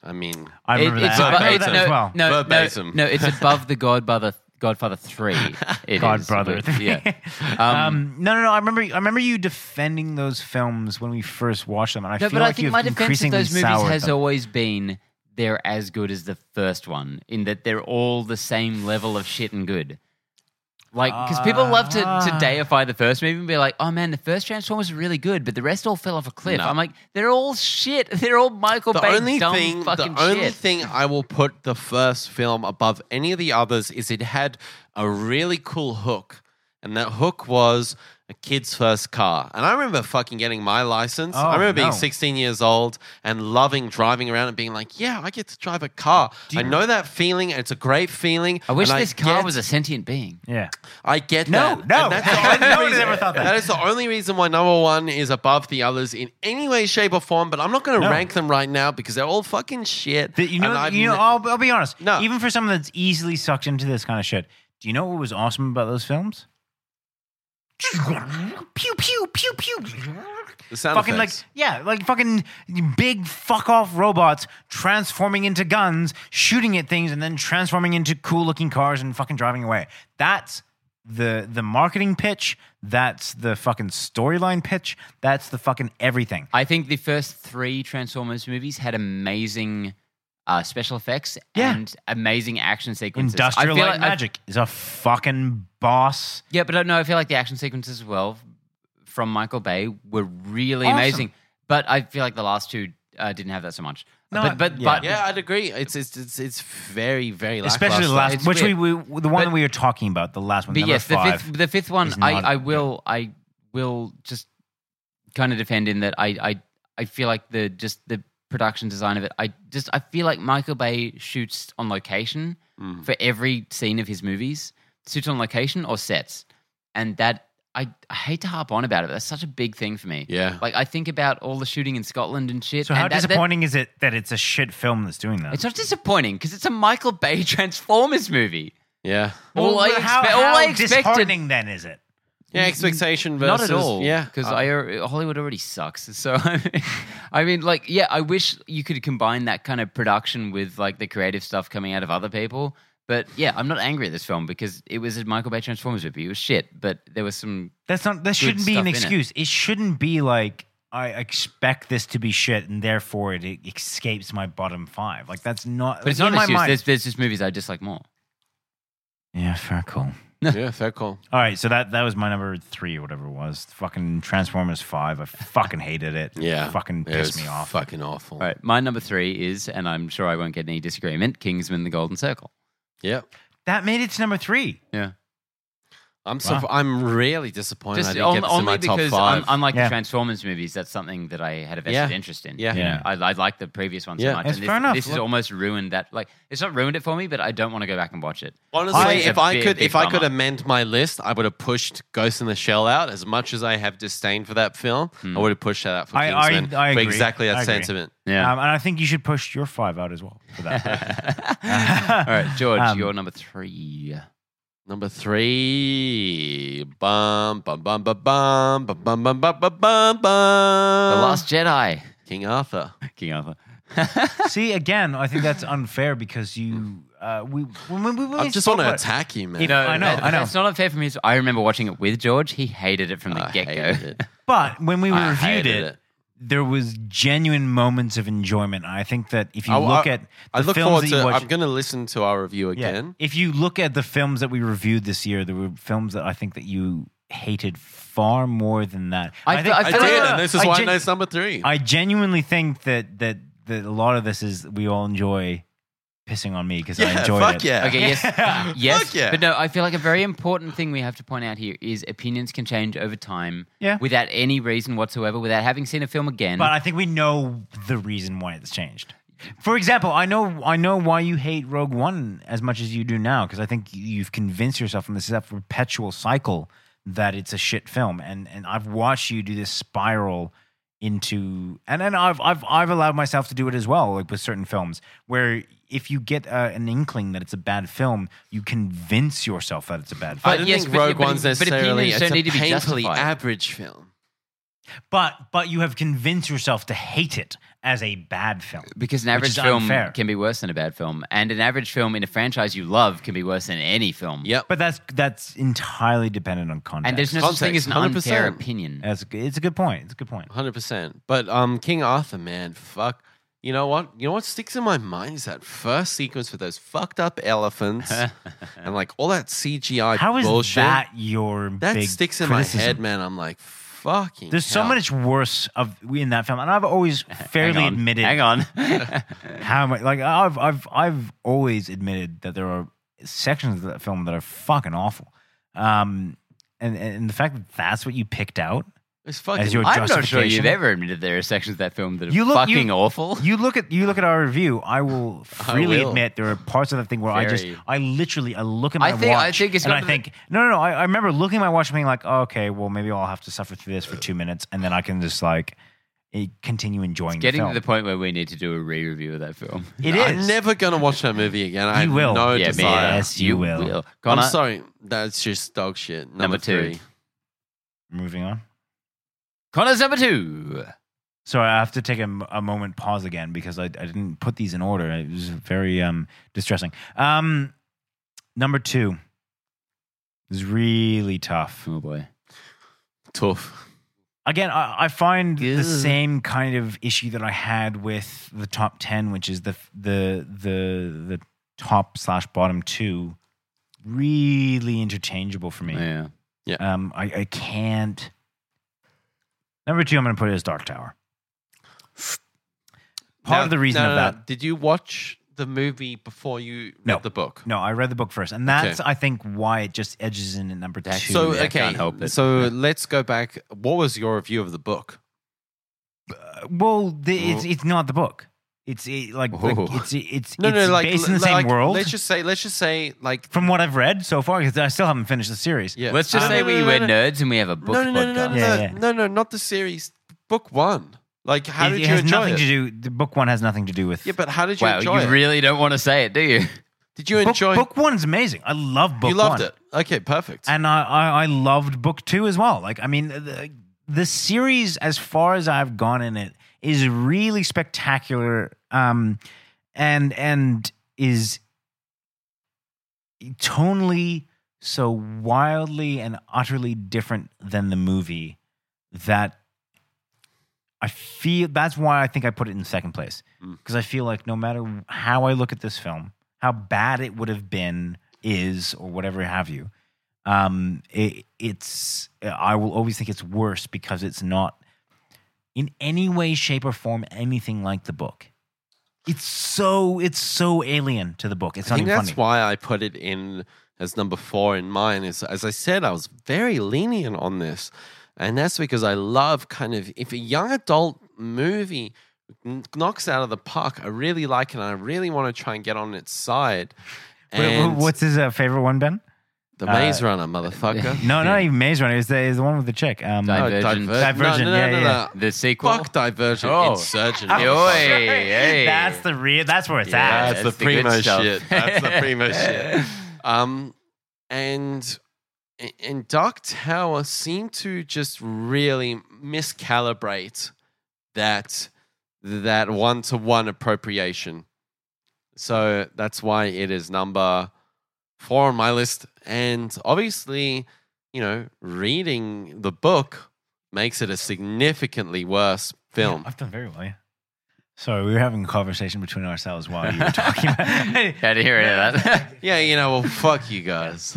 I mean,
I remember
It-
that.
it's
I
above-
I remember that
verbatim.
as well.
No, no,
Verbatim.
No, it's above the Godfather. Godfather Three. It is.
Godbrother.
Yeah.
Um,
Um,
no, no, no. I remember. I remember you defending those films when we first watched them, and I
no,
feel
but I
like
think
you've
my defense of
increasingly
those movies
soured
has
them.
always been they're as good as the first one in that they're all the same level of shit and good. Like, because people love to, to
Ah.
deify the first movie and be like, "Oh man, the first Transformers was really good, but the rest all fell off a cliff."
No.
I'm like, they're all shit. They're all Michael
the
Bay
only
dumb
thing, the
fucking
only
shit.
thing I will put the first film above any of the others is it had a really cool hook, and that hook was a kid's first car. And I remember fucking getting my license.
Oh,
I remember
no.
being 16 years old and loving driving around and being like, "Yeah, I get to drive a car." I know that feeling. It's a great feeling.
I wish
and
this car
get-
was a sentient being.
Yeah.
I get
No,
that.
no.
And that's the only
No one has
reason-
ever thought that.
That is the only reason why number one is above the others in any way, shape, or form. But I'm not going to
No.
rank them right now because they're all fucking shit.
That- you
and
know,
I've
you know.
ne-
I'll, I'll be honest.
No.
Even for someone that's easily sucked into this kind of shit, do you know what was awesome about those films? Pew pew pew pew.
the sound
fucking like
effects.
yeah, like fucking big fuck off robots transforming into guns, shooting at things, and then transforming into cool looking cars and fucking driving away. That's the the marketing pitch. That's the fucking storyline pitch. That's the fucking everything.
I think the first three Transformers movies had amazing uh, special effects
Yeah.
and amazing action sequences.
Industrial
I feel
Light
like-
and
I-
Magic is a fucking boss.
yeah, but I no, I feel like the action sequences as well from Michael Bay were really
Awesome.
amazing. But I feel like the last two uh, didn't have that so much.
No,
but but,
yeah.
but
yeah, I'd agree. It's it's it's, it's very very
Especially the
lackluster.
last,
It's
which we,
weird.
we the one
But-
that we were talking about, the last one,
But
number
yes,
five.
the fifth the fifth one
is not-
I, I will I will just kind of defend in that I, I I feel like the just the production design of it I just I feel like Michael Bay shoots on location
Mm.
for every scene of his movies shoots on location or sets and that I, I hate to harp on about it but that's such a big thing for me
Yeah.
like I think about all the shooting in Scotland and shit
so how
and that- that-
disappointing is it that it's a shit film that's doing that?
it's not disappointing because it's a Michael Bay Transformers movie
yeah
all I
how,
expe- all
how
I expected-
disheartening then is it?
yeah expectation
Not
versus
at all.
yeah
because
Uh,
I al- Hollywood already sucks. So I mean, I mean, like, yeah, I wish you could combine that kind of production with like the creative stuff coming out of other people. But yeah, I'm not angry at this film because it was a Michael Bay Transformers movie. It was shit, but there was some.
That's not. That shouldn't be
stuff
an
in it.
excuse. It. shouldn't be like I expect this to be shit, and therefore it escapes my bottom five. Like that's not.
But it's
like, in
not an
my
excuse.
mind.
There's, there's just movies I dislike more.
Yeah, fair cool.
yeah fair call.
All right, so that that was my number three or whatever it was. Fucking Transformers Five. I fucking hated it.
Yeah,
It fucking
It
pissed
was
me off.
Fucking awful.
All right, my number three is, and I'm sure I won't get any disagreement. Kingsman: The Golden Circle.
Yep.
That made it to number three.
Yeah,
I'm so I'm really disappointed. I
just
didn't
on,
get this in
only
my top
because
five.
un- unlike
Yeah.
the Transformers movies, that's something that I had a
Yeah.
vested interest in.
yeah.
Yeah.
I, I like the previous one
Yeah.
so much.
That's
and this,
fair enough.
This has
Look-
almost ruined that. Like, it's not ruined it for me, but I don't want to go back and watch it.
Honestly,
I-
if
It's a
I
big,
could,
big
if I could
bummer.
amend my list, I would have pushed Ghost in the Shell out. As much as I have disdain for that film,
Hmm.
I would have pushed that out for
I- I-
Kingsman
I
for
agree.
exactly that
I agree.
sentiment.
Um, and I think you should push your five out as well for that.
All right, George,
Um,
you're number three.
Number three, bum bum bum bum bum bum bum bum bum bum bum.
The
The
Last Jedi.
King Arthur.
King Arthur.
See, again, I think that's unfair because you. Uh, we when, when, when
I
we
just want
spoke
to
about it-
attack you, man.
If- I know, I know.
It's not unfair for me. I remember watching it with George. He hated it from the
I
get
hated
go.
it.
But when we
I
reviewed
hated
it,
it.
there was genuine moments of enjoyment. I think that if you
I-
look
I-
at the
I look
films
forward
that
to.
you watch,
I'm going to listen to our review
yeah,
again.
if you look at the films that we reviewed this year, there were films that I think that you hated far more than that.
I
think,
fe- I
I
feel
did,
like-
and this is
I
why
gen-
I know it's number three.
I genuinely think that that that a lot of this is we all enjoy pissing on me because I
yeah,
enjoyed
fuck
it.
yeah.
Okay, yes. yes.
Fuck yeah.
But no, I feel like a very important thing we have to point out here is opinions can change over time
Yeah.
without any reason whatsoever, without having seen a film again.
Mm-hmm. But I think we know the reason why it's changed. For example, I know I know why you hate Rogue One as much as you do now because I think you've convinced yourself, and this is that perpetual cycle that it's a shit film. And and I've watched you do this spiral into and then I've I've I've allowed myself to do it as well, like with certain films, where if you get uh, an inkling that it's a bad film, you convince yourself that it's a bad film.
I
But
don't
yes,
think
but-
Rogue
but-
One's
but opinions
necessarily it's
don't
a
need to be
painfully
justified.
average film.
But but you have convinced yourself to hate it as a bad film.
Because an
Which
average
is
film
unfair.
can be worse than a bad film, and an average film in a franchise you love can be worse than any film.
Yep.
But that's that's entirely dependent on context.
And there's no such thing as
Context,
an unfair
100%.
opinion.
That's it's a good point. It's a good point.
Hundred percent. But um, King Arthur, man, fuck. You know what? You know what sticks in my mind is that first sequence with those fucked up elephants and like all that CGI
How is
bullshit.
that your
That
big
sticks in
criticism?
my head, man. I'm like, fucking.
There's so
hell.
much worse of in that film, and I've always
Hang
fairly
on.
admitted
Hang on.
how much. Like I've I've I've always admitted that there are sections of that film that are fucking awful. Um, and and the fact that that's what you picked out,
It's fucking.
your-
I'm not sure
Justification.
you've ever admitted there are sections of that film that are
You look- you-
fucking awful.
You look at you look at our review. I will freely
will.
admit there are parts of that thing where I just
Very.
I literally I look at my
I think- I
watch
think it's
and
got
I
to
think no no no. I, I remember looking at my watch and being like, oh, okay, well maybe I'll have to suffer through this for two minutes and then I can just like eh, continue enjoying
Getting
the
to
film.
the point where we need to do a re-review of that film.
it
I'm
is.
never gonna watch that movie again. I
You
have
will.
No
Yeah,
man.
desire.
Yes, you will.
Connor,
I'm sorry. That's just dog shit. Number,
Number two.
three.
Moving on.
Connor's number two.
Sorry, I have to take a, m- a moment pause again because I, I didn't put these in order. It was very um, distressing. Um, number two is really tough.
Oh boy.
Tough.
again, I, I find the
Ugh.
same kind of issue that I had with the top ten, which is the the the the top slash bottom two, really interchangeable for me.
Yeah.
Um, I, I can't. Number two, I'm going to put it as Dark Tower. Part
Now-
of the reason
no,
of
no, no.
that.
Did you watch the movie before you
No.
read the book?
No, I read the book first, and that's I think why it just edges in at number two.
That's
So
Dude, I
okay,
can't help it.
so let's go back. What was your review of the book?
Uh, well, the, it's it's not the book. It's it, like, like
Ooh.
it's it's
No,
it's
no, like
based in the same
like,
world.
Let's just say, let's just say, like,
from what I've read so far, because I still haven't finished the series.
yeah.
Let's just
No,
say
no,
we
no,
were
no, no.
nerds and we have a book
No, no, no,
podcast.
no, no,
Yeah,
no,
yeah.
no, no, not the series. Book one. Like, how
it,
did
it
you
has
enjoy
nothing
it?
to do. The book one has nothing to do with.
yeah, but how did you
Wow,
enjoy
you
it?
really don't want to say it, do you?
did you
book,
enjoy?
book one's amazing. I love book.
you loved
one.
it. Okay, perfect.
and I, I I loved book two as well. Like I mean, the, the series as far as I've gone in it is really spectacular. Um, and and is tonally so wildly and utterly different than the movie that I feel that's why I think I put it in second place
Hmm.
because I feel like no matter how I look at this film, how bad it would have been, is or whatever have you, um, it, it's I will always think it's worse because it's not in any way, shape, or form anything like the book. It's so it's so alien to the book. It's
I
not
think
even
that's
funny.
why I put it in as number four in mine. Is as I said, I was very lenient on this, and that's because I love kind of if a young adult movie kn- knocks it out of the park, I really like it. and I really want to try and get on its side.
Wait, wh-
And
What's his uh, favorite one, Ben?
the Maze Runner, motherfucker?
uh, No, not even Maze Runner. It was the, it was the one with the chick. Um,
No,
Divergent.
Divergent,
No, no, no,
yeah,
no,
yeah. Ah.
no.
The sequel.
Fuck Divergent.
Oh.
Insurgent.
Oi,
motherfucker.
hey.
That's the real. That's where it's
Yeah,
at.
That's the
the good
primo
stuff.
shit. That's the primo shit. Um, and and Dark Tower seemed to just really miscalibrate that that one to one appropriation. So that's why it is number four on my list. And obviously, you know, reading the book makes it a significantly worse film.
Yeah, I've done very well. Yeah. Sorry, we were having a conversation between ourselves while you were talking. about
Had to hear any of that.
Yeah, you know, well, fuck you guys.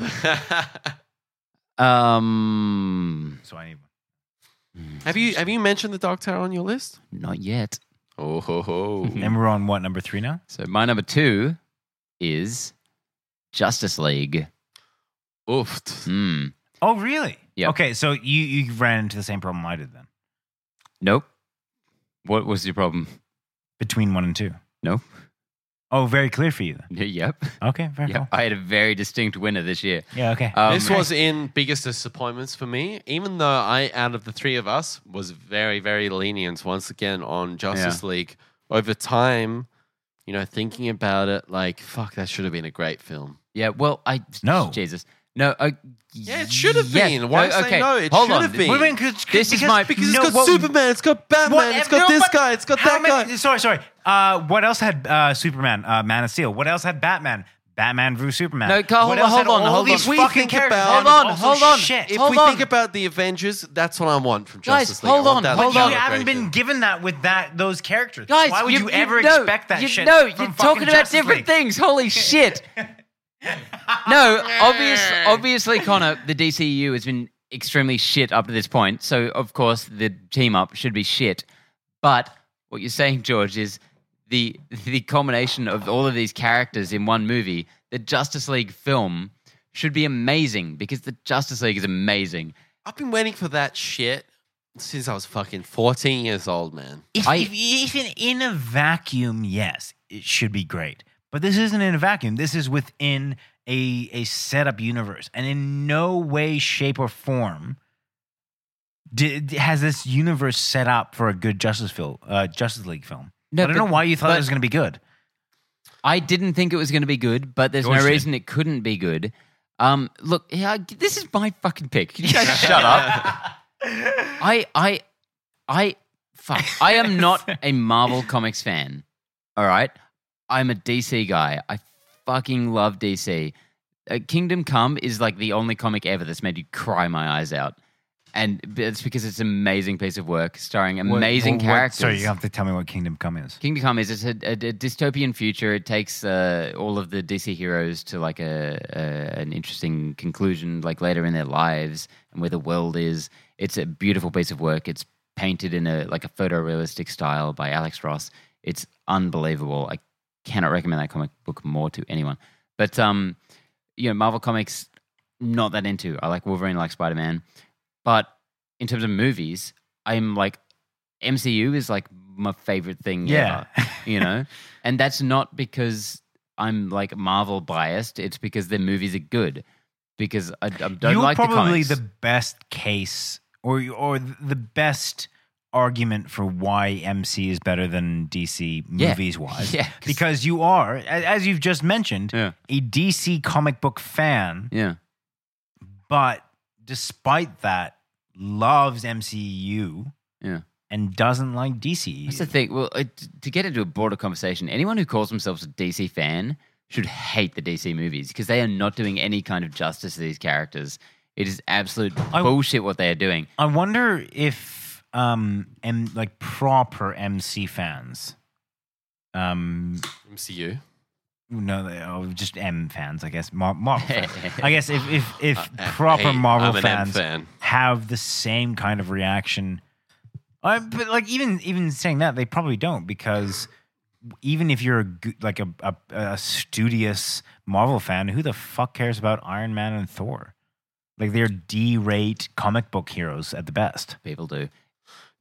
Um,
So I need one.
Have you have you mentioned the Dark Tower on your list?
not yet.
Oh ho ho!
Mm.
And we're on what number three now?
So my number two is Justice League.
Oof!
Hmm.
Oh, really?
Yeah.
Okay, so you you ran into the same problem I did then
Nope. What was your problem?
between one and two.
No.
Oh, very clear for you. then.
yep.
Okay, very
Yep.
cool.
I had a very distinct winner this year.
Yeah, okay.
Um,
this was in biggest disappointments for me, even though I, out of the three of us, was very, very lenient once again on Justice League. Over time, you know, thinking about it, like, fuck, that should have been a great film.
Yeah, well, I
No.
Jesus, no. Uh,
Yeah, it should have
yes.
been. Why
No,
say no? It
Hold
should
on.
have been.
What do you mean, 'cause-
This is my-
Because
no,
it's got
what-
Superman, it's got Batman,
what-
it's got
no,
this
but-
guy, it's got
how
that
many-
guy.
Sorry, sorry. Uh, what else had uh, Superman? Uh, Man of Steel. What else had Batman? Batman vs Superman.
No, Carl,
What
hold on,
else had
hold on,
all
hold
these
on. We
fucking
think
characters?
about-
And
Hold on,
also
hold on.
Shit.
If
Hold
we
on.
think about the Avengers, that's what I want from
Guys,
Justice League. I
hold
want
on,
that
hold
you
on.
celebration.
haven't been given that with that those characters.
Guys,
Why would you, ever
no,
expect that
you,
shit?
No,
from
you're
fucking
talking about
Justice
different
League?
things. Holy shit! no, obviously, obviously, Connor, the DCU has been extremely shit up to this point. So of course, the team up should be shit. But what you're saying, George, is the the combination of all of these characters in one movie, the Justice League film, should be amazing because the Justice League is amazing.
I've been waiting for that shit since I was fucking 14 years old, man.
If,
I-
if even in a vacuum, yes, it should be great. But this isn't in a vacuum. This is within a a setup universe, and in no way, shape, or form did, has this universe set up for a good Justice film, uh, Justice League film.
No,
I don't
but-
know why you thought
but-
it was going to be good.
I didn't think it was going to be good, but there's
George
no
did.
reason it couldn't be good. Um, look, yeah, I- this is my fucking pick. Can you guys shut up? I, I, I, fuck. I am not a Marvel Comics fan. All right, I'm a DC guy. I fucking love DC. Uh, Kingdom Come is like the only comic ever that's made you cry my eyes out, and it's because it's an amazing piece of work starring amazing
What- what-
characters.
Sorry, you have to tell me what Kingdom Come is.
Kingdom Come is it's a, a, a dystopian future. It takes uh, all of the DC heroes to like a, a an interesting conclusion, like later in their lives and where the world is. It's a beautiful piece of work. It's painted in a like a photorealistic style by Alex Ross. It's unbelievable. I cannot recommend that comic book more to anyone. But um, you know, Marvel comics, not that into. I like Wolverine, I like Spider Man, but in terms of movies, I'm like MCU is like my favorite thing
Yeah.
ever, you know? and that's not because I'm like Marvel biased, it's because their movies are good. Because I, I don't
You're
like the
probably
comics.
the, best case or or the best argument for why MC is better than DC
Yeah.
movies wise.
Yeah, 'cause-
Because you are, a- as you've just mentioned,
Yeah.
a DC comic book fan,
Yeah.
but despite that, loves MCU
Yeah.
and doesn't like DC.
That's the thing. Well, it, to get into a broader conversation, anyone who calls themselves a DC fan should hate the DC movies because they are not doing any kind of justice to these characters. It is absolute bullshit what they are doing.
I wonder if um and like proper MC fans um
MCU.
No, they- oh, just M fans, I guess. Mar- Marvel fans. I guess if if, if
Uh,
proper
hey, I'm
Marvel
an M
fans
fan.
have the same kind of reaction, I, but like even even saying that they probably don't because even if you're a, go- like a, a a studious Marvel fan, who the fuck cares about Iron Man and Thor? Like they're D-rate comic book heroes at the best.
People do.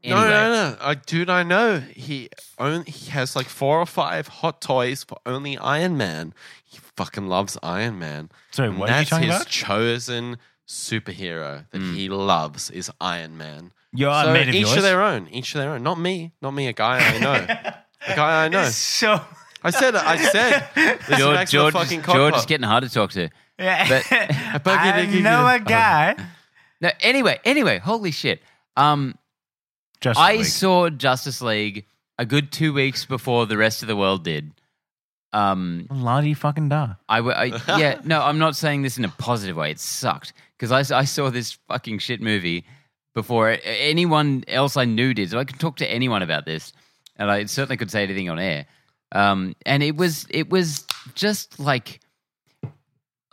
No, no, no. Uh, dude, I know. He own, he has like four or five hot toys for only Iron Man. He fucking loves Iron Man.
Sorry,
And
what are you
that's
talking
his
about?
chosen superhero that he loves is Iron Man.
You're a
so
mate of
each
yours.
to their own. Each to their own. Not me. Not me. A guy I know. a guy I know.
It's so
I said. I said. This is an
George,
actual
George,
fucking
is,
cop
George
out.
is getting harder to talk to.
yeah.
But-
I know a guy.
Oh.
No, anyway, anyway, holy shit. Um,
Just
I
like-
saw Justice League a good two weeks before the rest of the world did. Um,
Lottie fucking da.
I, w- I- yeah, no, I'm not saying this in a positive way. It sucked because I, s- I saw this fucking shit movie before a- anyone else I knew did. So I could talk to anyone about this, and I certainly could say anything on air. Um, and it was it was just like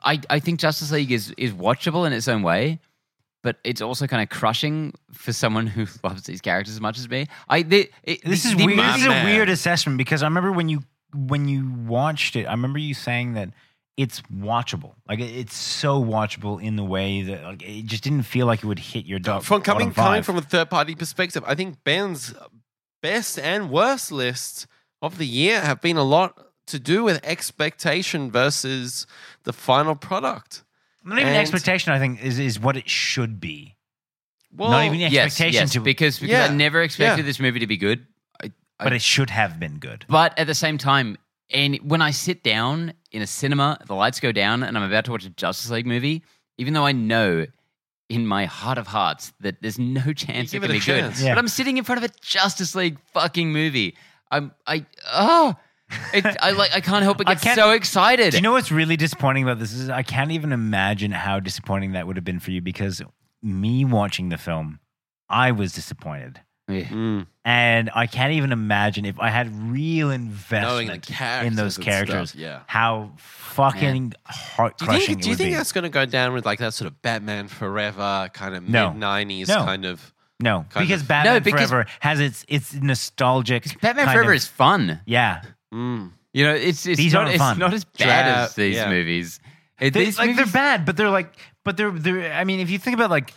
I I think Justice League is is watchable in its own way, but it's also kind of crushing for someone who loves these characters as much as me. I the, it,
This
the-
is
the
weird.
My
This is a
man.
weird assessment because I remember when you when you watched it, I remember you saying that it's watchable. Like it- it's so watchable in the way that like it just didn't feel like it would hit your dog.
from coming coming from a third party perspective, I think Ben's best and worst lists of the year have been a lot to do with expectation versus the final product.
Not even
And-
expectation. I think is is what it should be.
Well,
Not even
Yes,
expectation
yes,
to,
because because
Yeah,
I never expected
yeah.
this movie to be good. I, I-
but it should have been good.
But at the same time, and when I sit down in a cinema, the lights go down, and I'm about to watch a Justice League movie, even though I know in my heart of hearts that there's no chance
give
it
it
can
a
be
chance.
good.
Yeah.
But I'm sitting in front of a Justice League fucking movie. I'm I oh, it, I like I can't help but
I
get
can't-
so excited.
Do you know what's really disappointing about this? Is I can't even imagine how disappointing that would have been for you because me watching the film, I was disappointed.
Yeah.
Mm,
And I can't even imagine if I had real
knowing the
investment
characters
in those
and stuff,
characters,
yeah.
how fucking heart
Do you
crushing
think,
it
do you
would
think
be.
that's going to go down with like that sort of Batman Forever kind of
No.
mid '90s
No.
kind of?
No,
kind
because
of-
Batman
No, because-
Forever has its its nostalgic.
Batman
kind
Forever
of-
is fun.
yeah.
Mm.
You know, it's it's
These
not
aren't
it's
fun.
not as bad
Dra-
as these
yeah.
movies. It-
They,
these
like
movies-
they're bad, but they're like, but they're they're. I mean, if you think about like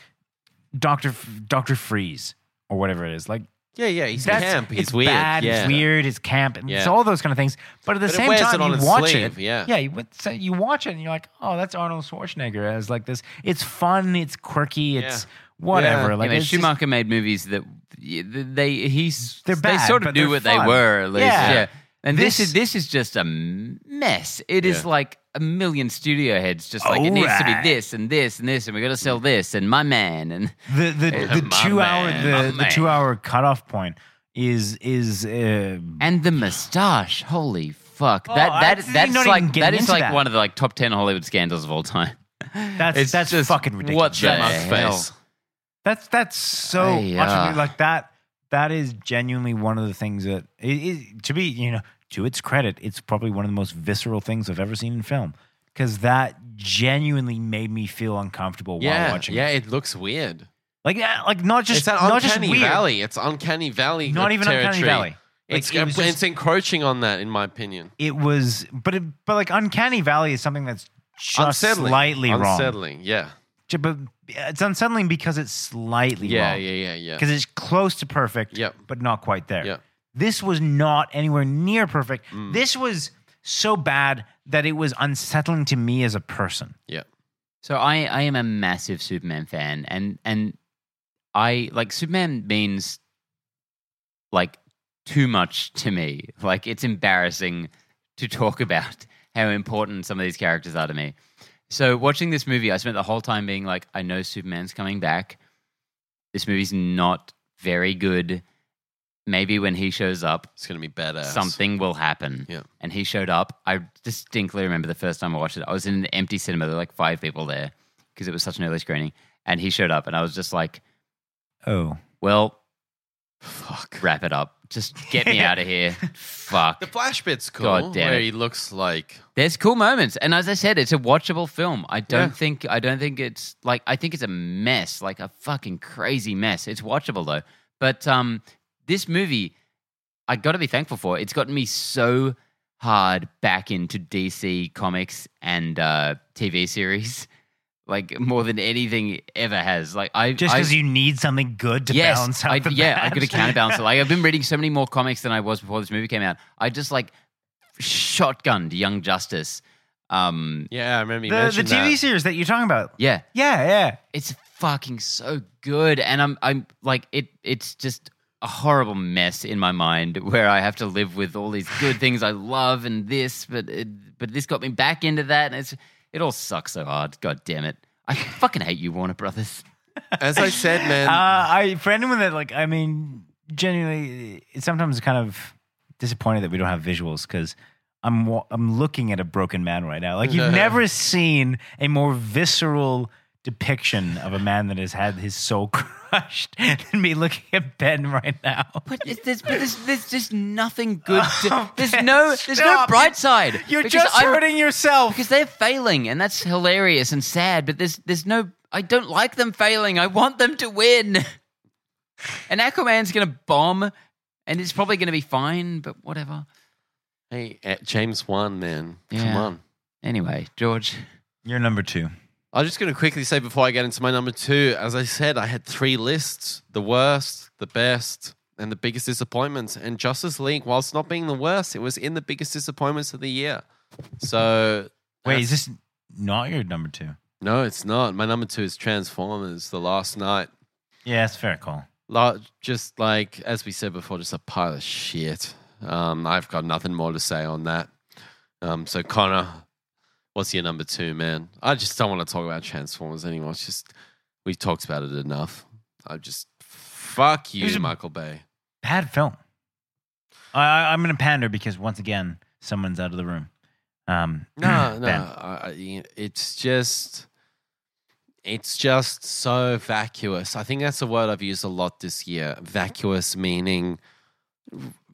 Doctor Doctor Freeze or whatever it is, like
Yeah, yeah. He's
that's
camp. He's
it's
weird.
Bad,
yeah.
It's weird. It's camp. and It's
Yeah.
all those kind of things. But at the
But it
same
wears it
time,
on its
you watch
sleeve,
it.
yeah.
yeah. You, would- so you watch it and you're like, oh, that's Arnold Schwarzenegger as like this. It's fun. It's quirky. It's whatever.
Yeah,
Like
you know,
it's just-
Schumacher made movies that they he's
They're bad,
they sort of
but
knew
they're
what they
fun.
were at least.
Yeah.
Yeah. And this,
This-
is this is just a mess. It is
Yeah.
like a million studio heads just like it needs to
Alright.
be this and this and this and we got to sell this and my man and
the the, the
My
two
man,
hour
my
the, the
man.
two hour cutoff point is is uh,
and the mustache. Holy fuck.
Oh, I
that that
didn't
that's
even
like that
get
is
into
like
that.
one of the like top 10 Hollywood scandals of all time.
that's
It's
that's
just-
fucking
what
ridiculous.
the
That mug's
That's-
hell?
face.
That's that's so
Aye,
utterly
uh.
like that. That is genuinely one of the things that it, it, to be you know to its credit, it's probably one of the most visceral things I've ever seen in film because that genuinely made me feel uncomfortable while
Yeah,
watching.
yeah. It looks weird.
like uh, like not just
it's that
not just
uncanny
weird,
valley. It's uncanny valley.
not even
territory.
uncanny valley. Like,
It's
it was just-
it's encroaching on that, in my opinion.
It was, but it, but like uncanny valley is something that's just
unsettling.
slightly wrong.
unsettling. Yeah.
Ju- But it's unsettling because it's slightly
Yeah,
wrong.
yeah, yeah, yeah.
because it's close to perfect,
Yep.
but not quite there.
Yep.
This was not anywhere near perfect.
Mm.
This was so bad that it was unsettling to me as a person.
yeah.
So I, I am a massive Superman fan, and and I like Superman means like too much to me. Like it's embarrassing to talk about how important some of these characters are to me. So watching this movie, I spent the whole time being like, I know Superman's coming back. This movie's not very good. Maybe when he shows up,
It's gonna be badass.
something will happen.
Yeah.
And he showed up. I distinctly remember the first time I watched it. I was in an empty cinema. There were like five people there because it was such an early screening. And he showed up, and I was just like,
Oh,
well,
Fuck.
wrap it up. Just get me out of here.
The
Fuck.
flash bit's cool.
God damn
where
it.
he looks like
There's cool moments. And as I said, it's a watchable film. I don't
Yeah.
think I don't think it's like I think it's a mess, like a fucking crazy mess. It's watchable though. But um this movie I got to be thankful for. It's gotten me so hard back into DC comics and uh, TV series, like more than anything ever has. Like I
just
I-
because you need something good to balance out
I,
the
yeah, I
bad.
got to counterbalance it. Like I've been reading so many more comics than I was before this movie came out. I just like shotgunned Young Justice. Um,
Yeah, I remember you
the, the
mentioned
TV
that.
series that you're talking about.
yeah,
Yeah, yeah.
it's fucking so good, and I'm I'm like it. It's just a horrible mess in my mind where I have to live with all these good things I love and this, but it, but this got me back into that, and it's it all sucks so hard. God damn it! I fucking hate you, Warner Brothers.
As I said, man.
Uh, I for anyone that like, I mean, genuinely, it's sometimes kind of disappointed that we don't have visuals because I'm wa- I'm looking at a broken man right now. Like you've never seen a more visceral depiction of a man that has had his soul crushed than me looking at Ben right now.
But it's, there's, but there's, there's just nothing good.
Oh,
To, there's
Ben,
no there's no
stop.
bright side.
You're
Because
just
I'm-
hurting yourself.
because they're failing, and that's hilarious and sad. But there's there's no. I don't like them failing. I want them to win. And Aquaman's gonna bomb, and it's probably gonna be fine. But whatever.
hey, uh, James Wan, man. Come
Yeah.
on.
Anyway, George.
You're number two.
I'm just going to quickly say before I get into my number two, as I said, I had three lists the worst, the best, and the biggest disappointments. And Justice League, whilst not being the worst, it was in the biggest disappointments of the year. So
Wait,
that's-
is this not your number two?
no, it's not. My number two is Transformers: The Last Night.
Yeah, it's a fair call.
Lot, just like as we said before, just a pile of shit. Um, I've got nothing more to say on that. Um, so Connor, what's your number two, man? I just don't want to talk about Transformers anymore. It's just we've talked about it enough. I just fuck
was
you,
a-
Michael Bay.
Bad film. I, I, I'm going to pander because once again, someone's out of the room. Um,
No, no,
Ben.
I, I- it's just. It's just so vacuous. I think that's a word I've used a lot this year. Vacuous meaning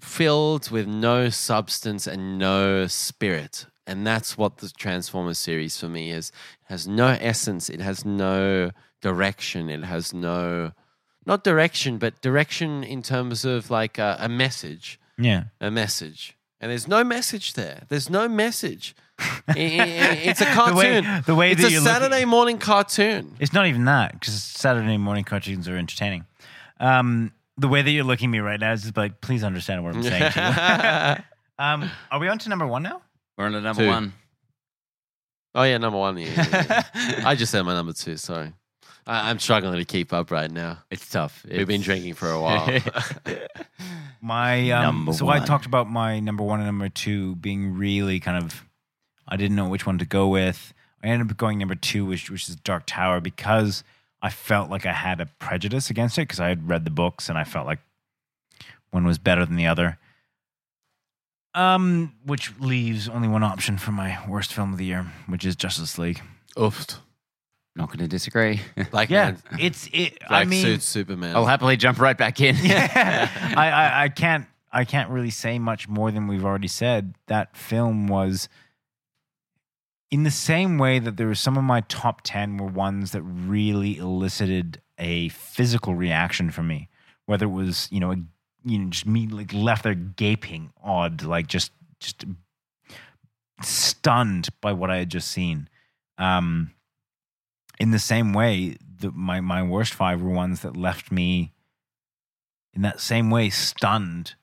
filled with no substance and no spirit. And that's what the Transformers series for me is. It has no essence, it has no direction, it has no not direction, but direction in terms of like a, a message
Yeah.
a message. And there's no message there. There's no message. I- I- I- it's a cartoon.
The way, the way
it's
that
a
you
Saturday
Look,
morning cartoon.
it's not even that because Saturday morning cartoons are entertaining. Um, the way that you're looking at me right now is just like, please understand what I'm saying to
oh
you. um, are we on to number one now?
We're on to number
Two.
one.
Oh, yeah, number one. yeah, yeah, yeah. I just said my number two. Sorry, I, I'm struggling to keep up right now.
it's tough.
We've been
It's-
drinking for a while.
My um,
Number
so I
one.
talked about my number one and number two being really kind of I didn't know which one to go with. I ended up going number two, which which is Dark Tower, because I felt like I had a prejudice against it because I had read the books and I felt like one was better than the other. Um, which leaves only one option for my worst film of the year, which is Justice League.
Oof.
Not going to disagree.
Black
Yeah,
man,
it's it.
black
I mean,
suit Superman.
I'll happily jump right back in.
yeah. I, I, I can't I can't really say much more than we've already said. That film was in the same way that there were some of my top ten were ones that really elicited a physical reaction from me. Whether it was, you know, a, you know, just me like left there gaping odd, like just just stunned by what I had just seen. Um in the same way, the, my, my worst five were ones that left me in that same way stunned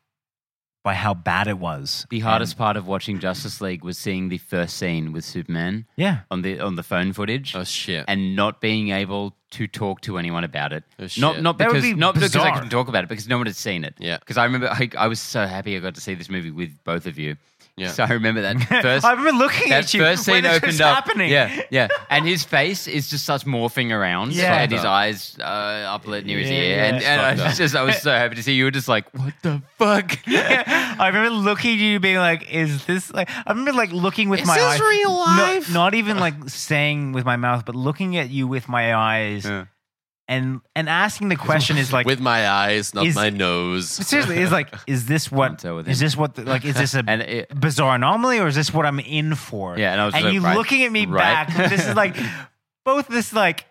by how bad it was.
The
Um,
hardest part of watching Justice League was seeing the first scene with Superman
Yeah.
on the on the phone footage
oh shit.
and not being able to talk to anyone about it.
Oh, shit.
Not not
That would
because
be
not because I
bizarre.
couldn't talk about it because no one had seen it.
Yeah.
Because I remember I, I was so happy I got to see this movie with both of you.
Yeah.
So I remember that first
I remember looking
that
at you
first
when
scene
this
opened
was
up.
happening.
Yeah, yeah. And his face is just such morphing around.
Yeah.
And his eyes uh, uplit near his
Yeah,
ear.
yeah.
And, and I
Fucked
was
up.
just I was so happy to see you were just like, what the fuck?
I remember looking at you being like, is this like I remember like looking with
Is
my
this
eyes.
real
No-
life?
Not, even like saying with my mouth, but looking at you with my eyes
Yeah.
and and asking the question is like
With my eyes, not
Is-
my nose.
seriously, is like, is this
Can't
what
tell with
is
him.
this what the, like is this a
And it,
bizarre anomaly or is this what I'm in for?
Yeah, and I was like,
you
right,
looking at me
right.
back. This is like both this like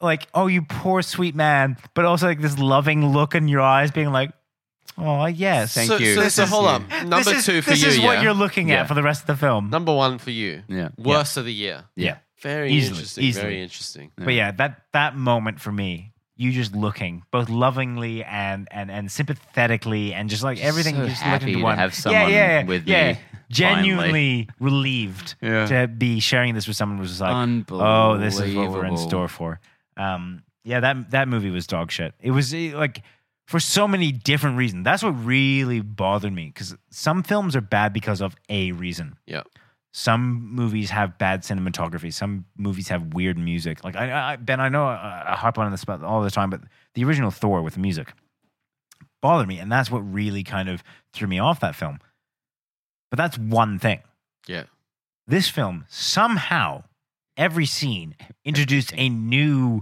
like oh you poor sweet man, but also like this loving look in your eyes, being like, oh yes,
Thank
so,
you.
So,
This
so
is
hold
you.
on. Number
this is,
two for
this
you.
is
yeah?
what you're looking
Yeah.
at for the rest of the film.
Number one for you.
yeah.
Worst of the year.
yeah,
Very
Easily,
interesting.
easily.
Very interesting.
but yeah, that that moment for me. You just looking, both lovingly and and and sympathetically, and just like everything.
so
you just
happy
looking
to
one.
have someone with me,
Genuinely relieved
Yeah.
to be sharing this with someone who was just like,
Unbelievable.
oh, this is what we're in store for. Um, yeah, that that movie was dog shit. It was eh, like for so many different reasons. That's what really bothered me because some films are bad because of a reason.
Yeah.
Some movies have bad cinematography. Some movies have weird music. Like I, I Ben, I know I, I harp on this about all the time, but the original Thor with the music bothered me, and that's what really kind of threw me off that film. But that's one thing
Yeah.
this film somehow every scene introduced a new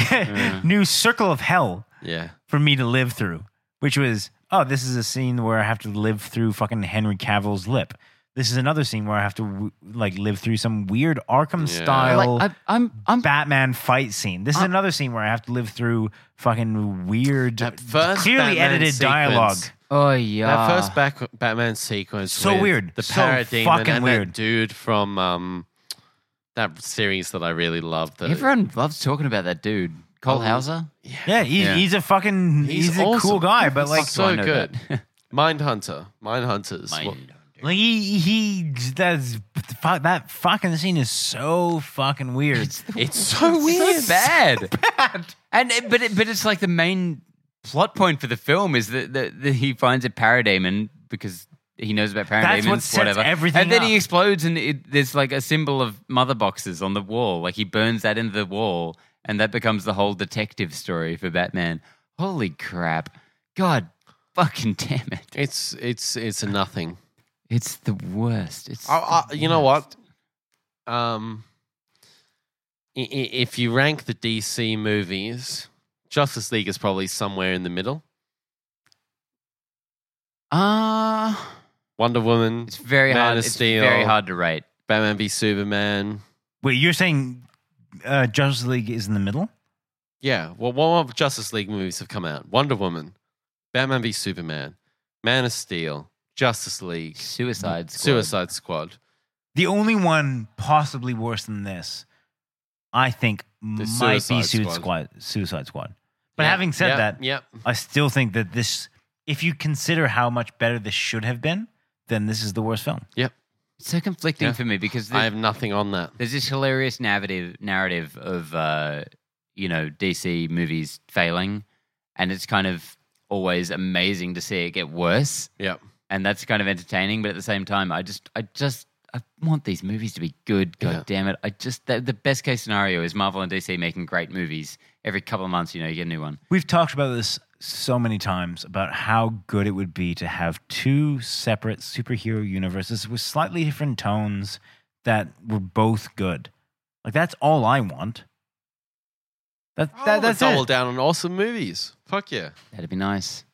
new circle of hell
yeah.
for me to live through which was oh this is a scene where i have to live through fucking henry cavill's lip this is another scene where i have to w- like live through some weird arkham
Yeah.
style
Like, I, I'm, I'm,
batman fight scene this is
I-
another scene where i have to live through fucking weird
That first
clearly
Batman
edited
sequence-
dialogue
oh yeah.
That first back, Batman sequence.
So
with
weird.
The
So
parademon
fucking
and
weird.
that dude from um, that series that I really loved. That
Everyone loves talking about that dude.
Oh,
Cole Hauser?
Yeah, he's,
Yeah.
he's a fucking
He's
he's, a
awesome.
cool guy, but like,
so good. Mindhunter. Mindhunters. Well,
like he he that's fuck, that fucking scene is so fucking weird.
It's so weird.
So bad. And it- but it, but it's like the main plot point for the film is that, that, that he finds a parademon because he knows about parademons,
That's what sets
whatever.
everything
and then he
up.
explodes, and it, there's like a symbol of mother boxes on the wall. Like he burns that into the wall, and that becomes the whole detective story for Batman. Holy crap! God, fucking damn it!
It's it's it's a nothing.
It's the worst. It's
I, I,
the
you know
worst.
what? Um, i- i- if you rank the DC movies, Justice League is probably somewhere in the middle.
Uh,
Ah,
Wonder Woman,
it's very
Man
hard.
of
It's
Steel.
very hard to rate.
Batman v Superman.
Wait, you're saying uh, Justice League is in the middle?
Yeah. Well, what what Justice League movies have come out? Wonder Woman, Batman v Superman, Man of Steel, Justice League,
Suicide Squad.
Suicide Squad.
The only one possibly worse than this, I think, might be
Suicide
Suicide
Squad.
Squad. Suicide Squad. But
Yeah,
having said
yeah,
that,
yep.
I still think that this, if you consider how much better this should have been, then this is the worst film.
It's so conflicting
Yeah.
for me because
I
there's,
have nothing on that.
there's this hilarious narrative narrative of uh, you know DC movies failing, and it's kind of always amazing to see it get worse,
Yep.
and that's kind of entertaining. But at the same time, I just I just I want these movies to be good. God
Yeah.
damn it! I just the, the best case scenario is Marvel and DC making great movies every couple of months. You know, you get a new one.
We've talked about this so many times about how good it would be to have two separate superhero universes with slightly different tones that were both good. Like that's all I want. That, that
Oh,
that's
double
it.
down on awesome movies. Fuck yeah.
That'd be nice.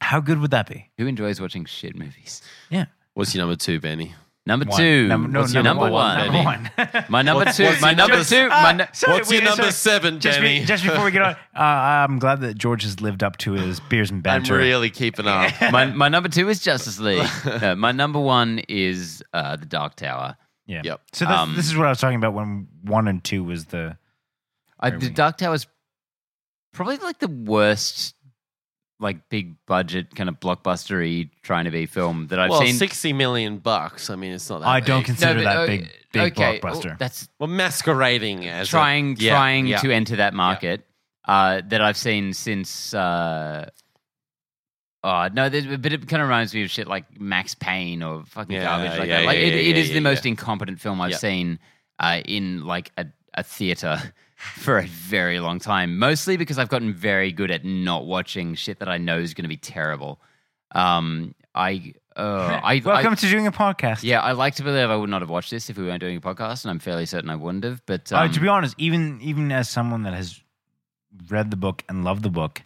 How good would that be?
Who enjoys watching shit movies?
Yeah.
What's your number two, Benny?
Number
One.
two.
Number, no,
What's your
number,
one?
one.
Benny?
Number one.
My number
What's-
two.
what's
my
your
number
number-
two.
Ah,
My nu-
sorry,
What's your
wait,
number
sorry.
seven,
Just, be-
Benny?
just before we get on, uh, I'm glad that George has lived up to his beers and
I'm
banter.
really keeping up.
my, my number two is Justice League. No, my number one is uh, the Dark Tower.
Yeah.
Yep.
So that's,
Um,
this is what I was talking about when one and two was the
I,
Very
the
mean.
Dark Tower is probably like the worst, like big budget kind of blockbustery trying to be film that I've
well,
seen.
sixty million bucks. I mean, it's not that.
I don't
big.
No,
consider
but,
that
uh,
big big
okay, well,
blockbuster.
that's
Well, masquerading as a-
trying
Yeah,
trying
yeah.
to enter that market uh, that I've seen since. Uh, oh no, there's- but it kind of reminds me of shit like Max Payne or fucking
Yeah,
garbage like
yeah,
that. Like
yeah,
it,
yeah,
it is
yeah,
the
yeah.
most incompetent film I've
Yeah.
seen uh, in like a, a theater for a very long time. Mostly because I've gotten very good at not watching shit that I know is going to be terrible. Um, I. Uh, I I-
Welcome to doing a podcast.
yeah, I like to believe I would not have watched this if we weren't doing a podcast, and I'm fairly certain I wouldn't have. But
Uh,
um,
to be honest, even even as someone that has read the book and loved the book,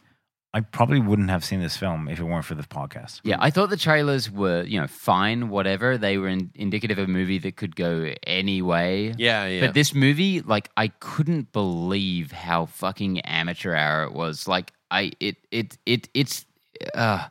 I probably wouldn't have seen this film if it weren't for the podcast.
Yeah, I thought the trailers were, you know, fine, whatever. They were in- indicative of a movie that could go any way.
Yeah, yeah.
But this movie, like, I couldn't believe how fucking amateur hour it was. Like, I it it it it's uh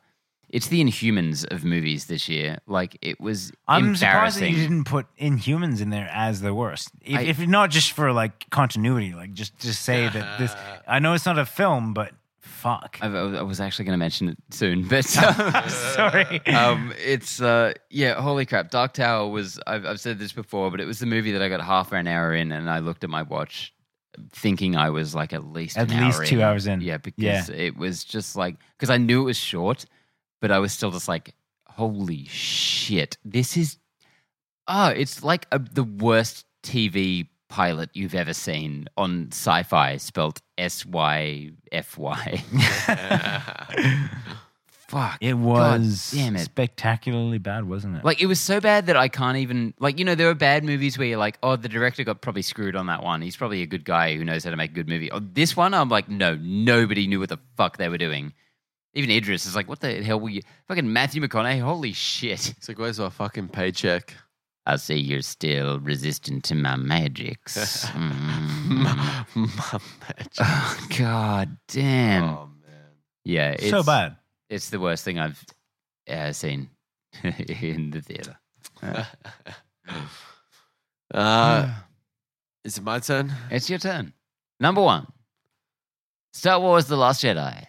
it's the Inhumans of movies this year. Like, it was
I'm surprised that
embarrassing.
you didn't put Inhumans in there as the worst. If,
I-
if not just for like continuity, like just just say that this. I know it's not a film, but fuck.
I, I was actually going to mention it soon, but uh,
Sorry.
um, it's uh, yeah, holy crap! Dark Tower was I've, I've said this before, but it was the movie that I got half an hour in, and I looked at my watch, thinking I was like at least
At
an
least
hour
two hours in.
Yeah, because it was just like because I knew it was short, but I was still just like, holy shit, this is oh, it's like a, the worst TV pilot you've ever seen on sci-fi spelt s-y-f-y fuck
it
God
was
damn it
spectacularly bad, wasn't it?
like it was so bad that I can't even like you know there are bad movies where you're like oh the director got probably screwed on that one he's probably a good guy who knows how to make a good movie. Oh, this one I'm like no nobody knew what the fuck they were doing. Even Idris is like what the hell were you fucking Matthew McConaughey holy shit.
It's like, where's our fucking paycheck?
I see you're still resistant to my magics. Mm.
My- my magic.
oh, God damn.
Oh, man.
Yeah, it's
so bad.
It's the worst thing I've uh, seen in the theater.
Uh, is it my turn?
It's your turn. Number one. Star Wars: The Last Jedi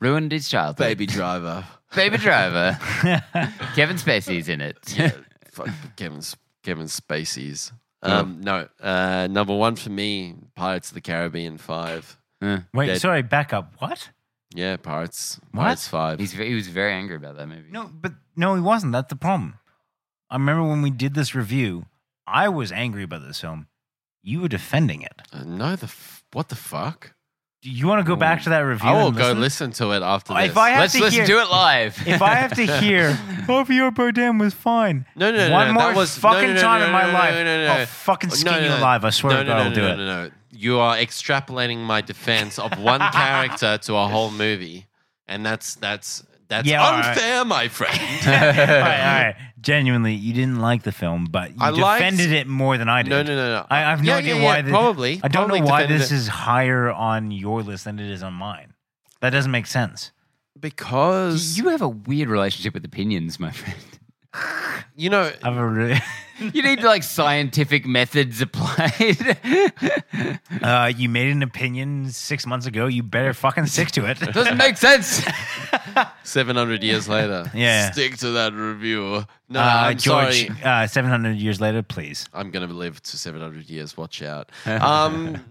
ruined his childhood.
Baby Driver.
Baby Driver. uh, Kevin Spacey's in it.
Fuck Kevin, Kevin Spacey's. Um, No, uh, number one for me, Pirates of the Caribbean 5.
Yeah.
Wait,
Dead.
sorry, back up. What?
Yeah, Pirates.
What?
Pirates 5.
He's, he was very angry about that movie.
No, but no, he wasn't. That's the problem. I remember when we did this review, I was angry about this film. You were defending it.
Uh, no, the f- what the fuck?
Do you want to go back to that review?
I will
and
go listen to it after
Oh,
this.
if I had-
Let's
to
let's
hear-
do it live.
If I have to hear, "Oh, Javier Bardem was fine.
no, no, no,
One
no,
more
that was, no,
fucking
no, no,
time
no,
in my
no,
life,
No, no, no,
I'll fucking
No,
skin
no,
you
no.
alive. I swear
no,
to
no,
God,
no,
I'll
no,
do
no,
it.
No, no, You are extrapolating my defense of one character to a whole movie, and that's that's that's
Yeah, all right.
unfair, my friend.
all right, all right. Genuinely, you didn't like the film, but you
I liked-
defended it more than I did.
No, no, no, no.
I, I have no
Yeah,
idea
yeah, yeah,
why. this-
probably.
I don't
Probably
know why
defended
this
it.
is higher on your list than it is on mine. That doesn't make sense.
Because you,
you have a weird relationship with opinions, my friend.
you know,
I have a really.
You need like scientific methods applied.
Uh, you made an opinion six months ago. You better fucking stick to it.
Doesn't make sense.
seven hundred years later,
Yeah.
stick to that review. No,
uh,
I'm
George,
sorry.
uh, 700 years later, please.
I'm going to live to 700 years. Watch out. Um,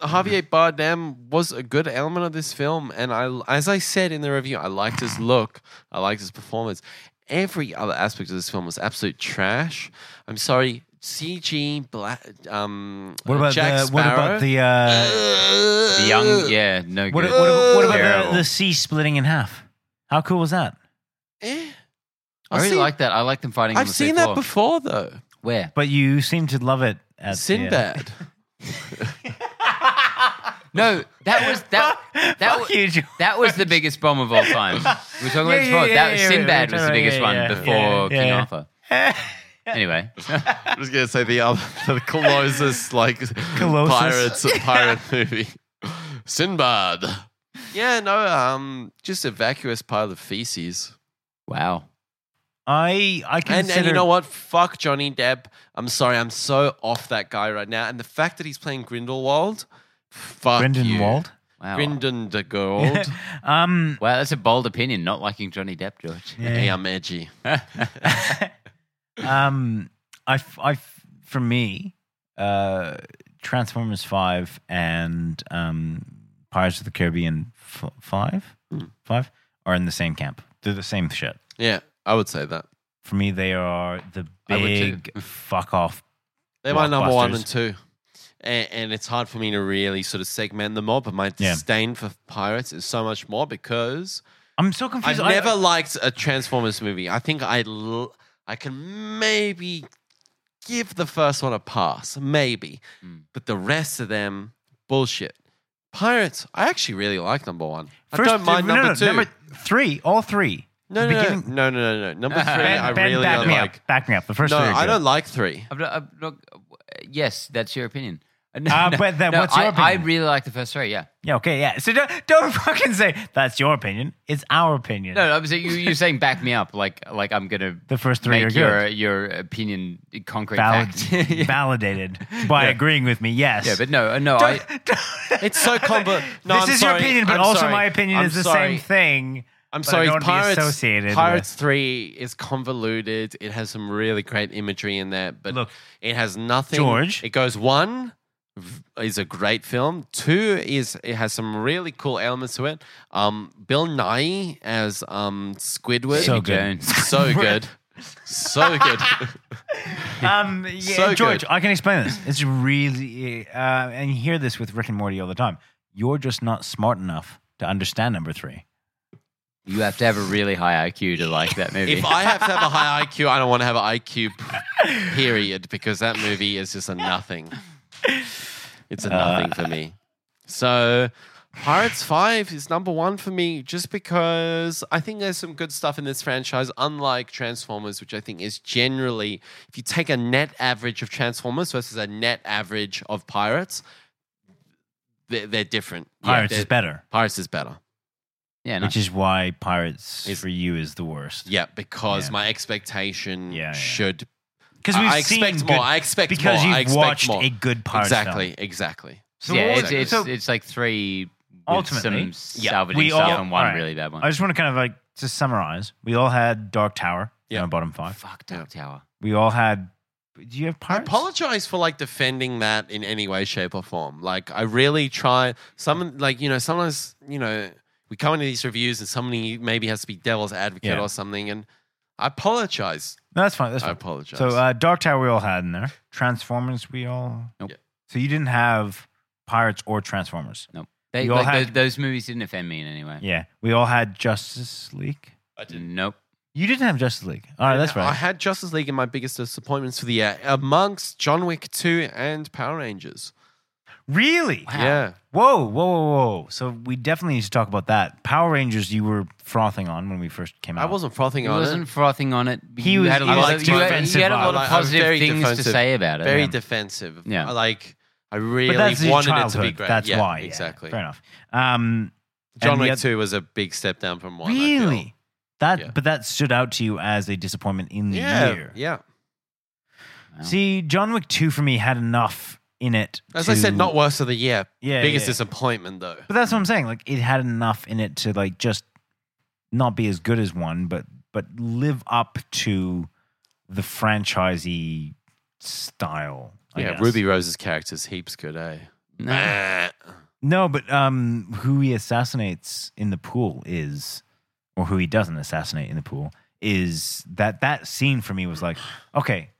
Javier Bardem was a good element of this film, and I, as I said in the review, I liked his look, I liked his performance. Every other aspect of this film was absolute trash. I'm sorry, CG. Bla- um,
What about
Jack
the, what about the uh,
The young, yeah, no
what,
good.
what, what, about
Terrible.
the, the sea splitting in half? How cool was that?
Eh.
I really
see-
like that. I like them fighting. on
I've
the
seen
sea
that
floor.
before, though.
Where?
But you seem to love it. At
Sinbad.
No, that was that.
The,
That
uh,
was,
fuck you, George.
That was the biggest bomb of all time. We We're talking
Yeah, yeah,
about this before.
yeah,
that was
yeah, yeah,
Sinbad
yeah,
was the
yeah,
biggest
yeah,
one
yeah.
before
Yeah,
King
yeah.
Arthur. Anyway,
I was going to say the other, the closest like pirates
Colossus.
pirate movie, Sinbad. Yeah, no, um, just a vacuous pile of feces.
wow.
I I
And,
consider
and you know what? Fuck Johnny Depp. I'm sorry, I'm so off that guy right now. And the fact that he's playing Grindelwald, fuck
Brendan
you.
Wald.
Wow.
Grindon de Gold.
Um,
wow, that's a bold opinion, not liking Johnny Depp, George.
hey,
yeah.
I'm edgy.
um, I f- I f- for me, uh, Transformers Five and um, Pirates of the Caribbean f- Five,
Hmm.
Five are in the same camp. They're the same shit.
Yeah, I would say that.
For me, they are the
I would too.
big fuck off.
They're my number one
Blockbusters.
and two. And, and it's hard for me to really sort of segment them all, but my
Yeah.
disdain for pirates is so much more because
I'm so
I've
confused. I-
never liked a Transformers movie. I think I l- I can maybe give the first one a pass, maybe,
Hmm.
Mm.
but the rest of them bullshit. Pirates, I actually really like number one.
first-
I don't mind
no, no,
number two.
Number three, all three.
no,
The
no, no,
beginning-
no, no, no, no. Number three,
Ben-
I
Ben,
really
back
don't
me
like.
up. Back me up. The first
No,
three. Are
I
good.
don't like three.
I'm not, I'm not, yes, that's your opinion. No,
Uh, but then what's your
I, I
opinion?
really like the first three, yeah.
Yeah, okay, yeah. So don't, don't fucking say that's your opinion. It's our opinion.
No, no I'm saying, you, you're saying back me up, like like I'm going to
The first three are
make
good.
your, your opinion concrete
Valid-
fact. yeah.
Validated by agreeing with me. Yes.
yeah, but no, no, I,
It's so convoluted. No,
this
I'm
is
sorry.
your opinion, but
I'm
also
sorry.
my opinion
I'm
is the
sorry.
same thing.
I'm
but I
sorry,
don't wanna be
Pirates.
associated
Pirates Three is convoluted. It has some really great imagery in there, but
Look.
it has nothing.
George.
it goes one v- is a great film. Two is it has some really cool elements to it. Um, Bill Nye as um Squidward,
So
Davy
good.
Jones.
so good, so good.
with. Um, yeah,
So
George,
good.
I can explain this. It's really, uh, and you hear this with Rick and Morty all the time. You're just not smart enough to understand number three.
You have to have a really high IQ to like that movie.
If I have to have a high IQ, I don't want to have an IQ p- period because that movie is just a nothing. It's a
Uh,
nothing for me. So Pirates 5 is number one for me just because I think there's some good stuff in this franchise, unlike Transformers, which I think is generally, if you take a net average of Transformers versus a net average of Pirates, they're, they're different. Yeah,
Pirates
they're-
is better,
Pirates is better.
yeah, no.
which is why Pirates
Is-
for you is the worst.
Yeah, because
Yeah.
my expectation
Yeah, yeah.
should
Because
I-
we've
I expect
seen
more.
good-
I expect
because
more. I
you've
expect
watched
more.
a good Pirates film.
exactly, exactly.
So
yeah,
what
it's,
was-
it's,
so-
it's like three
ultimately,
some
Yeah.
salvaging
We
stuff
all-
and one
alright.
really bad one.
I just want to kind of like to summarize. We all had Dark Tower
Yeah.
in our bottom five.
Fuck Dark Tower.
We all had. Do you have
I
pirates?
apologize for like defending that in any way, shape, or form. Like I really try. Some like you know sometimes you know we come into these reviews and somebody maybe has to be devil's advocate
Yeah.
or something, and I apologize.
No, that's fine. That's
I
fine.
apologize.
So uh, Dark Tower we all had in there. Transformers we all.
Nope.
Yeah.
So you didn't have pirates or Transformers.
They,
You all
like,
had-
those, those movies didn't offend me in any way.
Yeah, we all had Justice League.
I
Nope.
You didn't have Justice League. All right, that's
I
right.
had Justice League in my biggest disappointments for the year, amongst John Wick two and Power Rangers.
Really?
Wow.
Yeah,
Whoa, whoa, whoa, whoa. So we definitely need to talk about that. Power Rangers, you were frothing on when we first came out.
I wasn't frothing
He
on
wasn't
it.
frothing on it.
He
you
was-
had a
he was
lot,
like
of, you had,
defensive
you had a lot
about
it.
of
I was
positive
very
things to
defensive.
say about it.
Very
Yeah.
defensive.
Yeah.
like I really
but that's his
wanted it to
childhood.
be great.
That's
Yeah,
why. yeah.
exactly.
Fair enough. Um,
John
And the
Wick
oth-
two was a big step down from one. I feel.
really? That,
Yeah.
But that stood out to you as a disappointment in the
Yeah,
year.
yeah.
Wow.
See, John Wick 2 for me had enough in it.
As
to-
I said, not worst of the year.
yeah,
Biggest
yeah.
disappointment though.
But that's what I'm saying. Like it had enough in it to like just not be as good as one, but but live up to the franchisee style. I
yeah,
guess.
Ruby Rose's character's heaps good, eh?
No.
No, but um, who he assassinates in the pool is, or who he doesn't assassinate in the pool is that that scene for me was like, okay,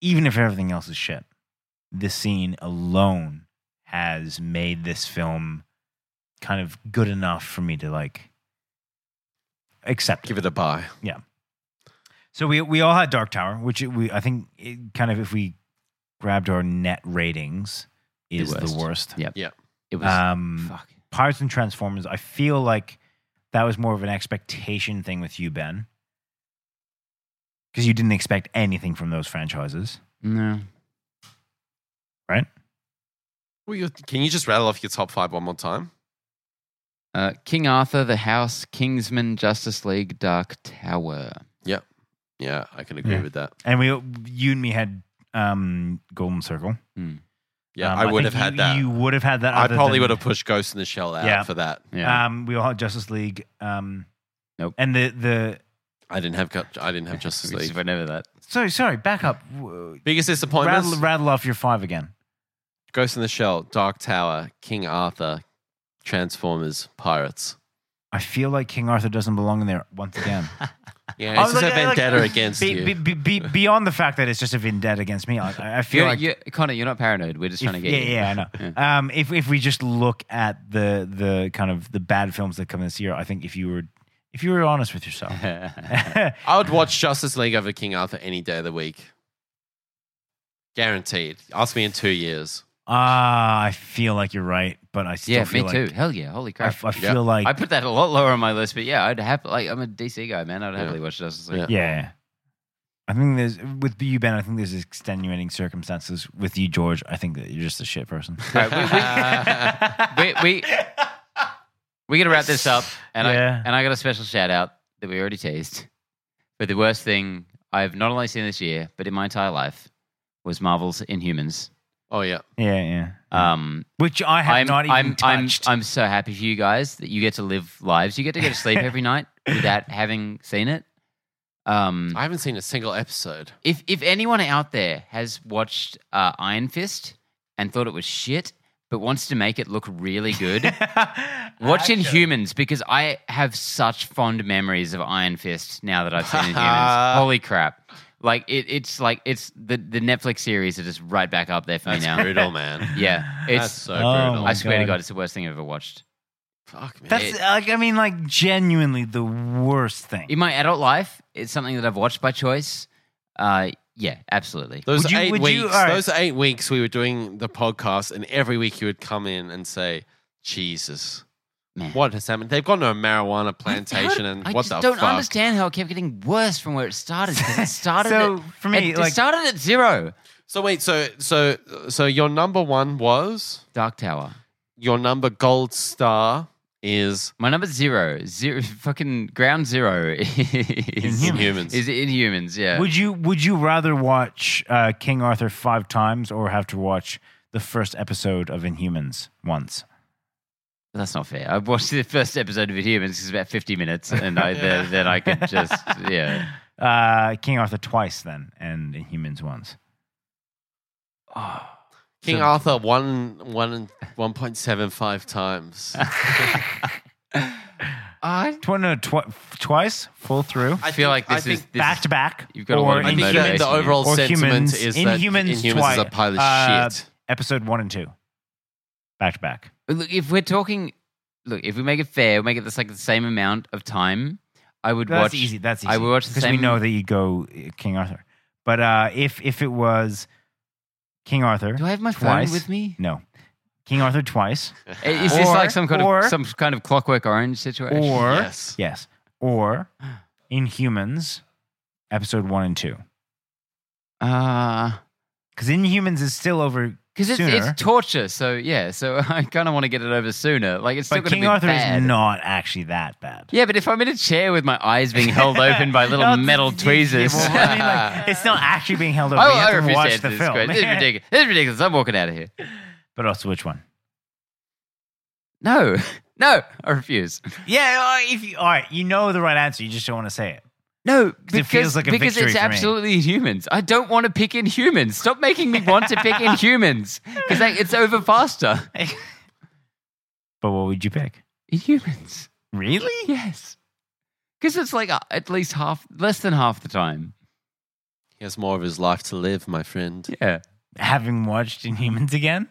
even if everything else is shit, this scene alone has made this film kind of good enough for me to like accept it.
Give it a buy.
So we we all had Dark Tower, which it- we I think it kind of if we grabbed our net ratings
The
is the worst.
worst. Yep.
Yeah.
It was
Um,
fuck.
Pirates and Transformers, I feel like that was more of an expectation thing with you, Ben. Because you didn't expect anything from those franchises.
No.
Well, you, can you just rattle off your top five one more time?
Uh, King Arthur, The House, Kingsman, Justice League, Dark Tower.
Yeah, I can agree
Yeah.
with that.
And we you and me had um Golden Circle.
Yeah,
Um,
I would
think
have had
you-
that.
You would have had that.
I
other
probably
than-
would have pushed Ghost in the Shell out
Yeah.
for that.
Yeah.
Um we all had Justice League. Um
Nope.
and the the
I didn't have. Gu- I didn't have Justice
Which is
League.
Whenever that.
sorry, sorry, back up. W-
Biggest disappointments:
Rattle, rattle off your five again.
Ghost in the Shell, Dark Tower, King Arthur, Transformers, Pirates.
I feel like King Arthur doesn't belong in there once again.
Yeah,
I
this is
was
a
like- like,
vendetta against
be-
you.
be- be- be- beyond the fact that it's just a vendetta against me, I, I feel
You're,
like
you're, Connor, you're not paranoid. We're just trying
If-
to get
yeah,
you.
yeah, I know. Um, if if we just look at the the kind of the bad films that come this year, I think if you were if you were honest with yourself,
I would watch Justice League over King Arthur any day of the week. Guaranteed. Ask me in two years.
ah, I feel like you're right, but I still
yeah, me
feel like,
too. Hell yeah. Holy
I,
crap.
f- I
Yeah.
feel like
I put that a lot lower on my list, but yeah, I'd have like I'm a DC guy, man. I'd happily watch Justice
Yeah.
League.
yeah. I think there's with you, Ben. I think there's extenuating circumstances with you, George. I think that you're just a shit person.
All right, we, we, we, we, we gotta wrap this up, and
Yeah.
I and I got a special shout out that we already teased. But the worst thing I've not only seen this year, but in my entire life, was Marvel's Inhumans.
Oh yeah.
Yeah, yeah.
Mm.
Um,
Which I have
I'm,
not even
I'm, I'm,
touched.
I'm so happy for you guys that you get to live lives. You get to go to sleep every night without having seen it. Um,
I haven't seen a single episode.
If if anyone out there has watched uh, Iron Fist and thought it was shit, but wants to make it look really good, watch Inhumans because I have such fond memories of Iron Fist now that I've seen Inhumans. Holy crap! Like it, it's like it's the the Netflix series are just right back up there for me
That's
now.
brutal, man.
Yeah,
That's
it's.
so
Oh
brutal.
my
I swear to
God.
God, it's the worst thing I've ever watched.
Fuck me.
That's like I mean, like genuinely the worst thing.
In my adult life, it's something that I've watched by choice. Uh, yeah, absolutely.
those
Would you-
eight
would
weeks.
you- all right.
Those eight weeks we were doing the podcast, and every week you would come in and say, "Jesus,
Man.
what has happened? They've gone to a marijuana plantation,
How-
and
I
what
just
the
don't
fuck?"
understand how it kept getting worse from where it started. 'cause It started
So
at,
for me,
it
like
started at zero.
So wait, so so so your number one was
Dark Tower.
your number gold star is
My number zero, zero, fucking ground zero is
Inhumans.
Inhumans.
Is Inhumans? Yeah.
Would you would you rather watch uh, King Arthur five times or have to watch the first episode of Inhumans once?
That's not fair. I watched the first episode of Inhumans. It's about fifty minutes, and I then, then I could just yeah.
Uh, King Arthur twice then, and Inhumans once. Oh,
King
So-
Arthur one one one point seven five times.
I
tw- no, tw- twice, full through,
I
feel
think-
like
I
this is
think-
this
back
is-
to back.
You've got a lot
or
of
I think
Inhumans-
the, the
motivation.
overall
Or
sentiment
humans.
is that
Inhumans
Inhumans
twice.
is a pile of
Uh,
shit.
Episode one and two, back to back.
look if we're talking. Look, if we make it fair, we make it this like the same amount of time. I would
That's
watch.
easy. That's easy.
I would watch the
because
same.
we know that you go uh, King Arthur. But uh, if if it was King Arthur,
Do I have my
Twice.
phone with me?
no, King Arthur twice,
Is this
Or-
like some kind
or-
of some kind of Clockwork Orange situation?
or
yes.
yes, or Inhumans, episode one and two.
Uh,
Because Inhumans is still over
Because it's,
sooner,
it's torture, so yeah, so I kind of want to get it over sooner. Like it's still
but
going to
King
be
Arthur
bad.
is not actually that bad.
Yeah, but if I'm in a chair with my eyes being held open by little
No,
metal
it's- it's-
tweezers,
yeah, well, I mean, like, it's not actually being held over.
I,
you
I
have to
refuse to
watch
answer
the
this
film.
question. This is ridiculous. This is ridiculous. I'm walking out of here.
but also, which one?
No, no, I refuse.
Yeah, all right, if you, all right, you know the right answer, you just don't want to say it.
No,
it
because
feels like a
because
victory
it's
for me.
absolutely humans. I don't want to pick in humans. Stop making me want to pick in humans because like, it's over faster.
But what would you pick?
In humans,
Really?
yes, because it's like uh, at least half, less than half the time.
He has more of his life to live, my friend.
Yeah.
Having watched Inhumans again,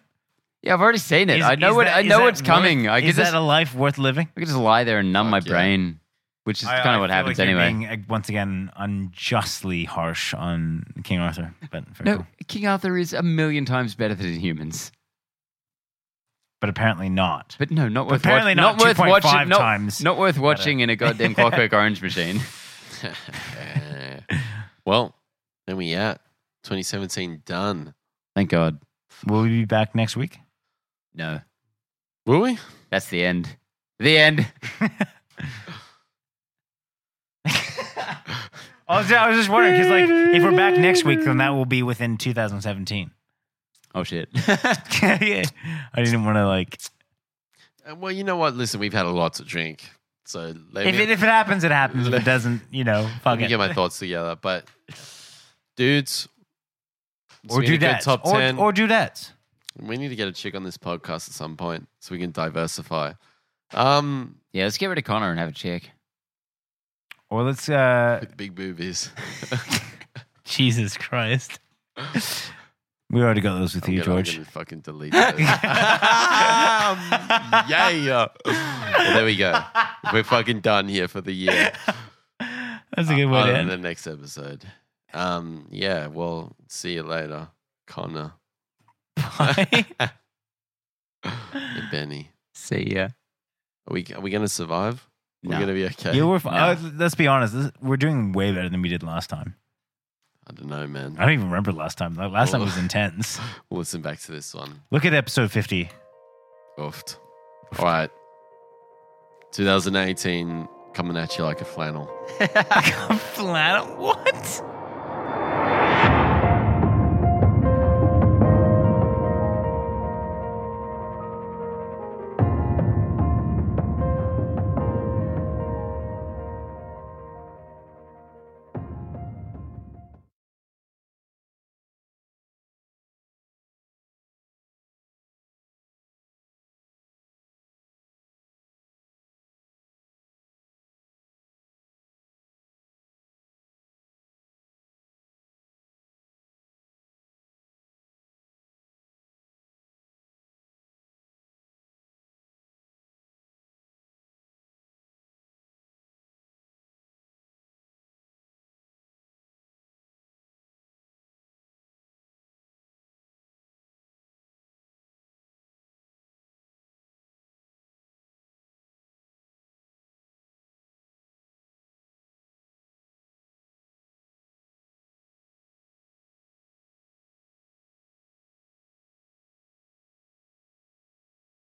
Yeah, I've already seen it.
Is-
I know
is
what
that-
I
is
know
that
what's coming.
worth-
I can
is
just
that a life worth living?
I can just lie there and numb my
Fuck yeah.
brain, which is
I-
kind
I
of what
feel
happens
like you're
anyway.
being, uh, once again, unjustly harsh on King Arthur, but very
No,
cool.
King Arthur is a million times better than humans.
but apparently not.
But no, not worth
Apparently
watching.
not
worth
2.5
watching. Not,
times
not worth watching in a goddamn Clockwork Orange machine.
Uh, well, then we at 2017 done.
Thank God.
Will we be back next week?
No,
Will we?
that's the end. The end.
I was, I was just wondering because, like, if we're back next week, then that will be within 2017.
Oh shit.
I didn't want to like.
Uh, Well, you know what? Listen, we've had a lot to drink, so let
If
me,
it, if it happens, it happens. If it doesn't, you know,
let
fuck
me
it.
get my thoughts together. But dudes, it's
or
been a
do
good
that.
Top
Or,
ten.
or do that.
we need to get a chick on this podcast at some point so we can diversify. Um,
Yeah, let's get rid of Connor and have a check.
Or let's. uh
big boobies.
Jesus Christ. We already got those with
I'm
you,
gonna- I'm
George. Um,
gonna fucking delete this. yeah. Well, there we go. We're fucking done here for the year.
That's a good way
On
to
to
end.
the next episode. Um, yeah, well, see you later, Connor
Bye.
and Benny.
See ya.
Are we are we gonna survive? We're
No.
gonna be okay.
yeah, we're. fi-
No.
uh, let's be honest. This, we're doing way better than we did last time.
I don't know, man.
I don't even remember last time. Like,
Oh.
Last time was intense.
We'll listen back to this one.
Look at episode 50.
Oofed. All right. 2018 coming at you like a flannel.
Flannel? What?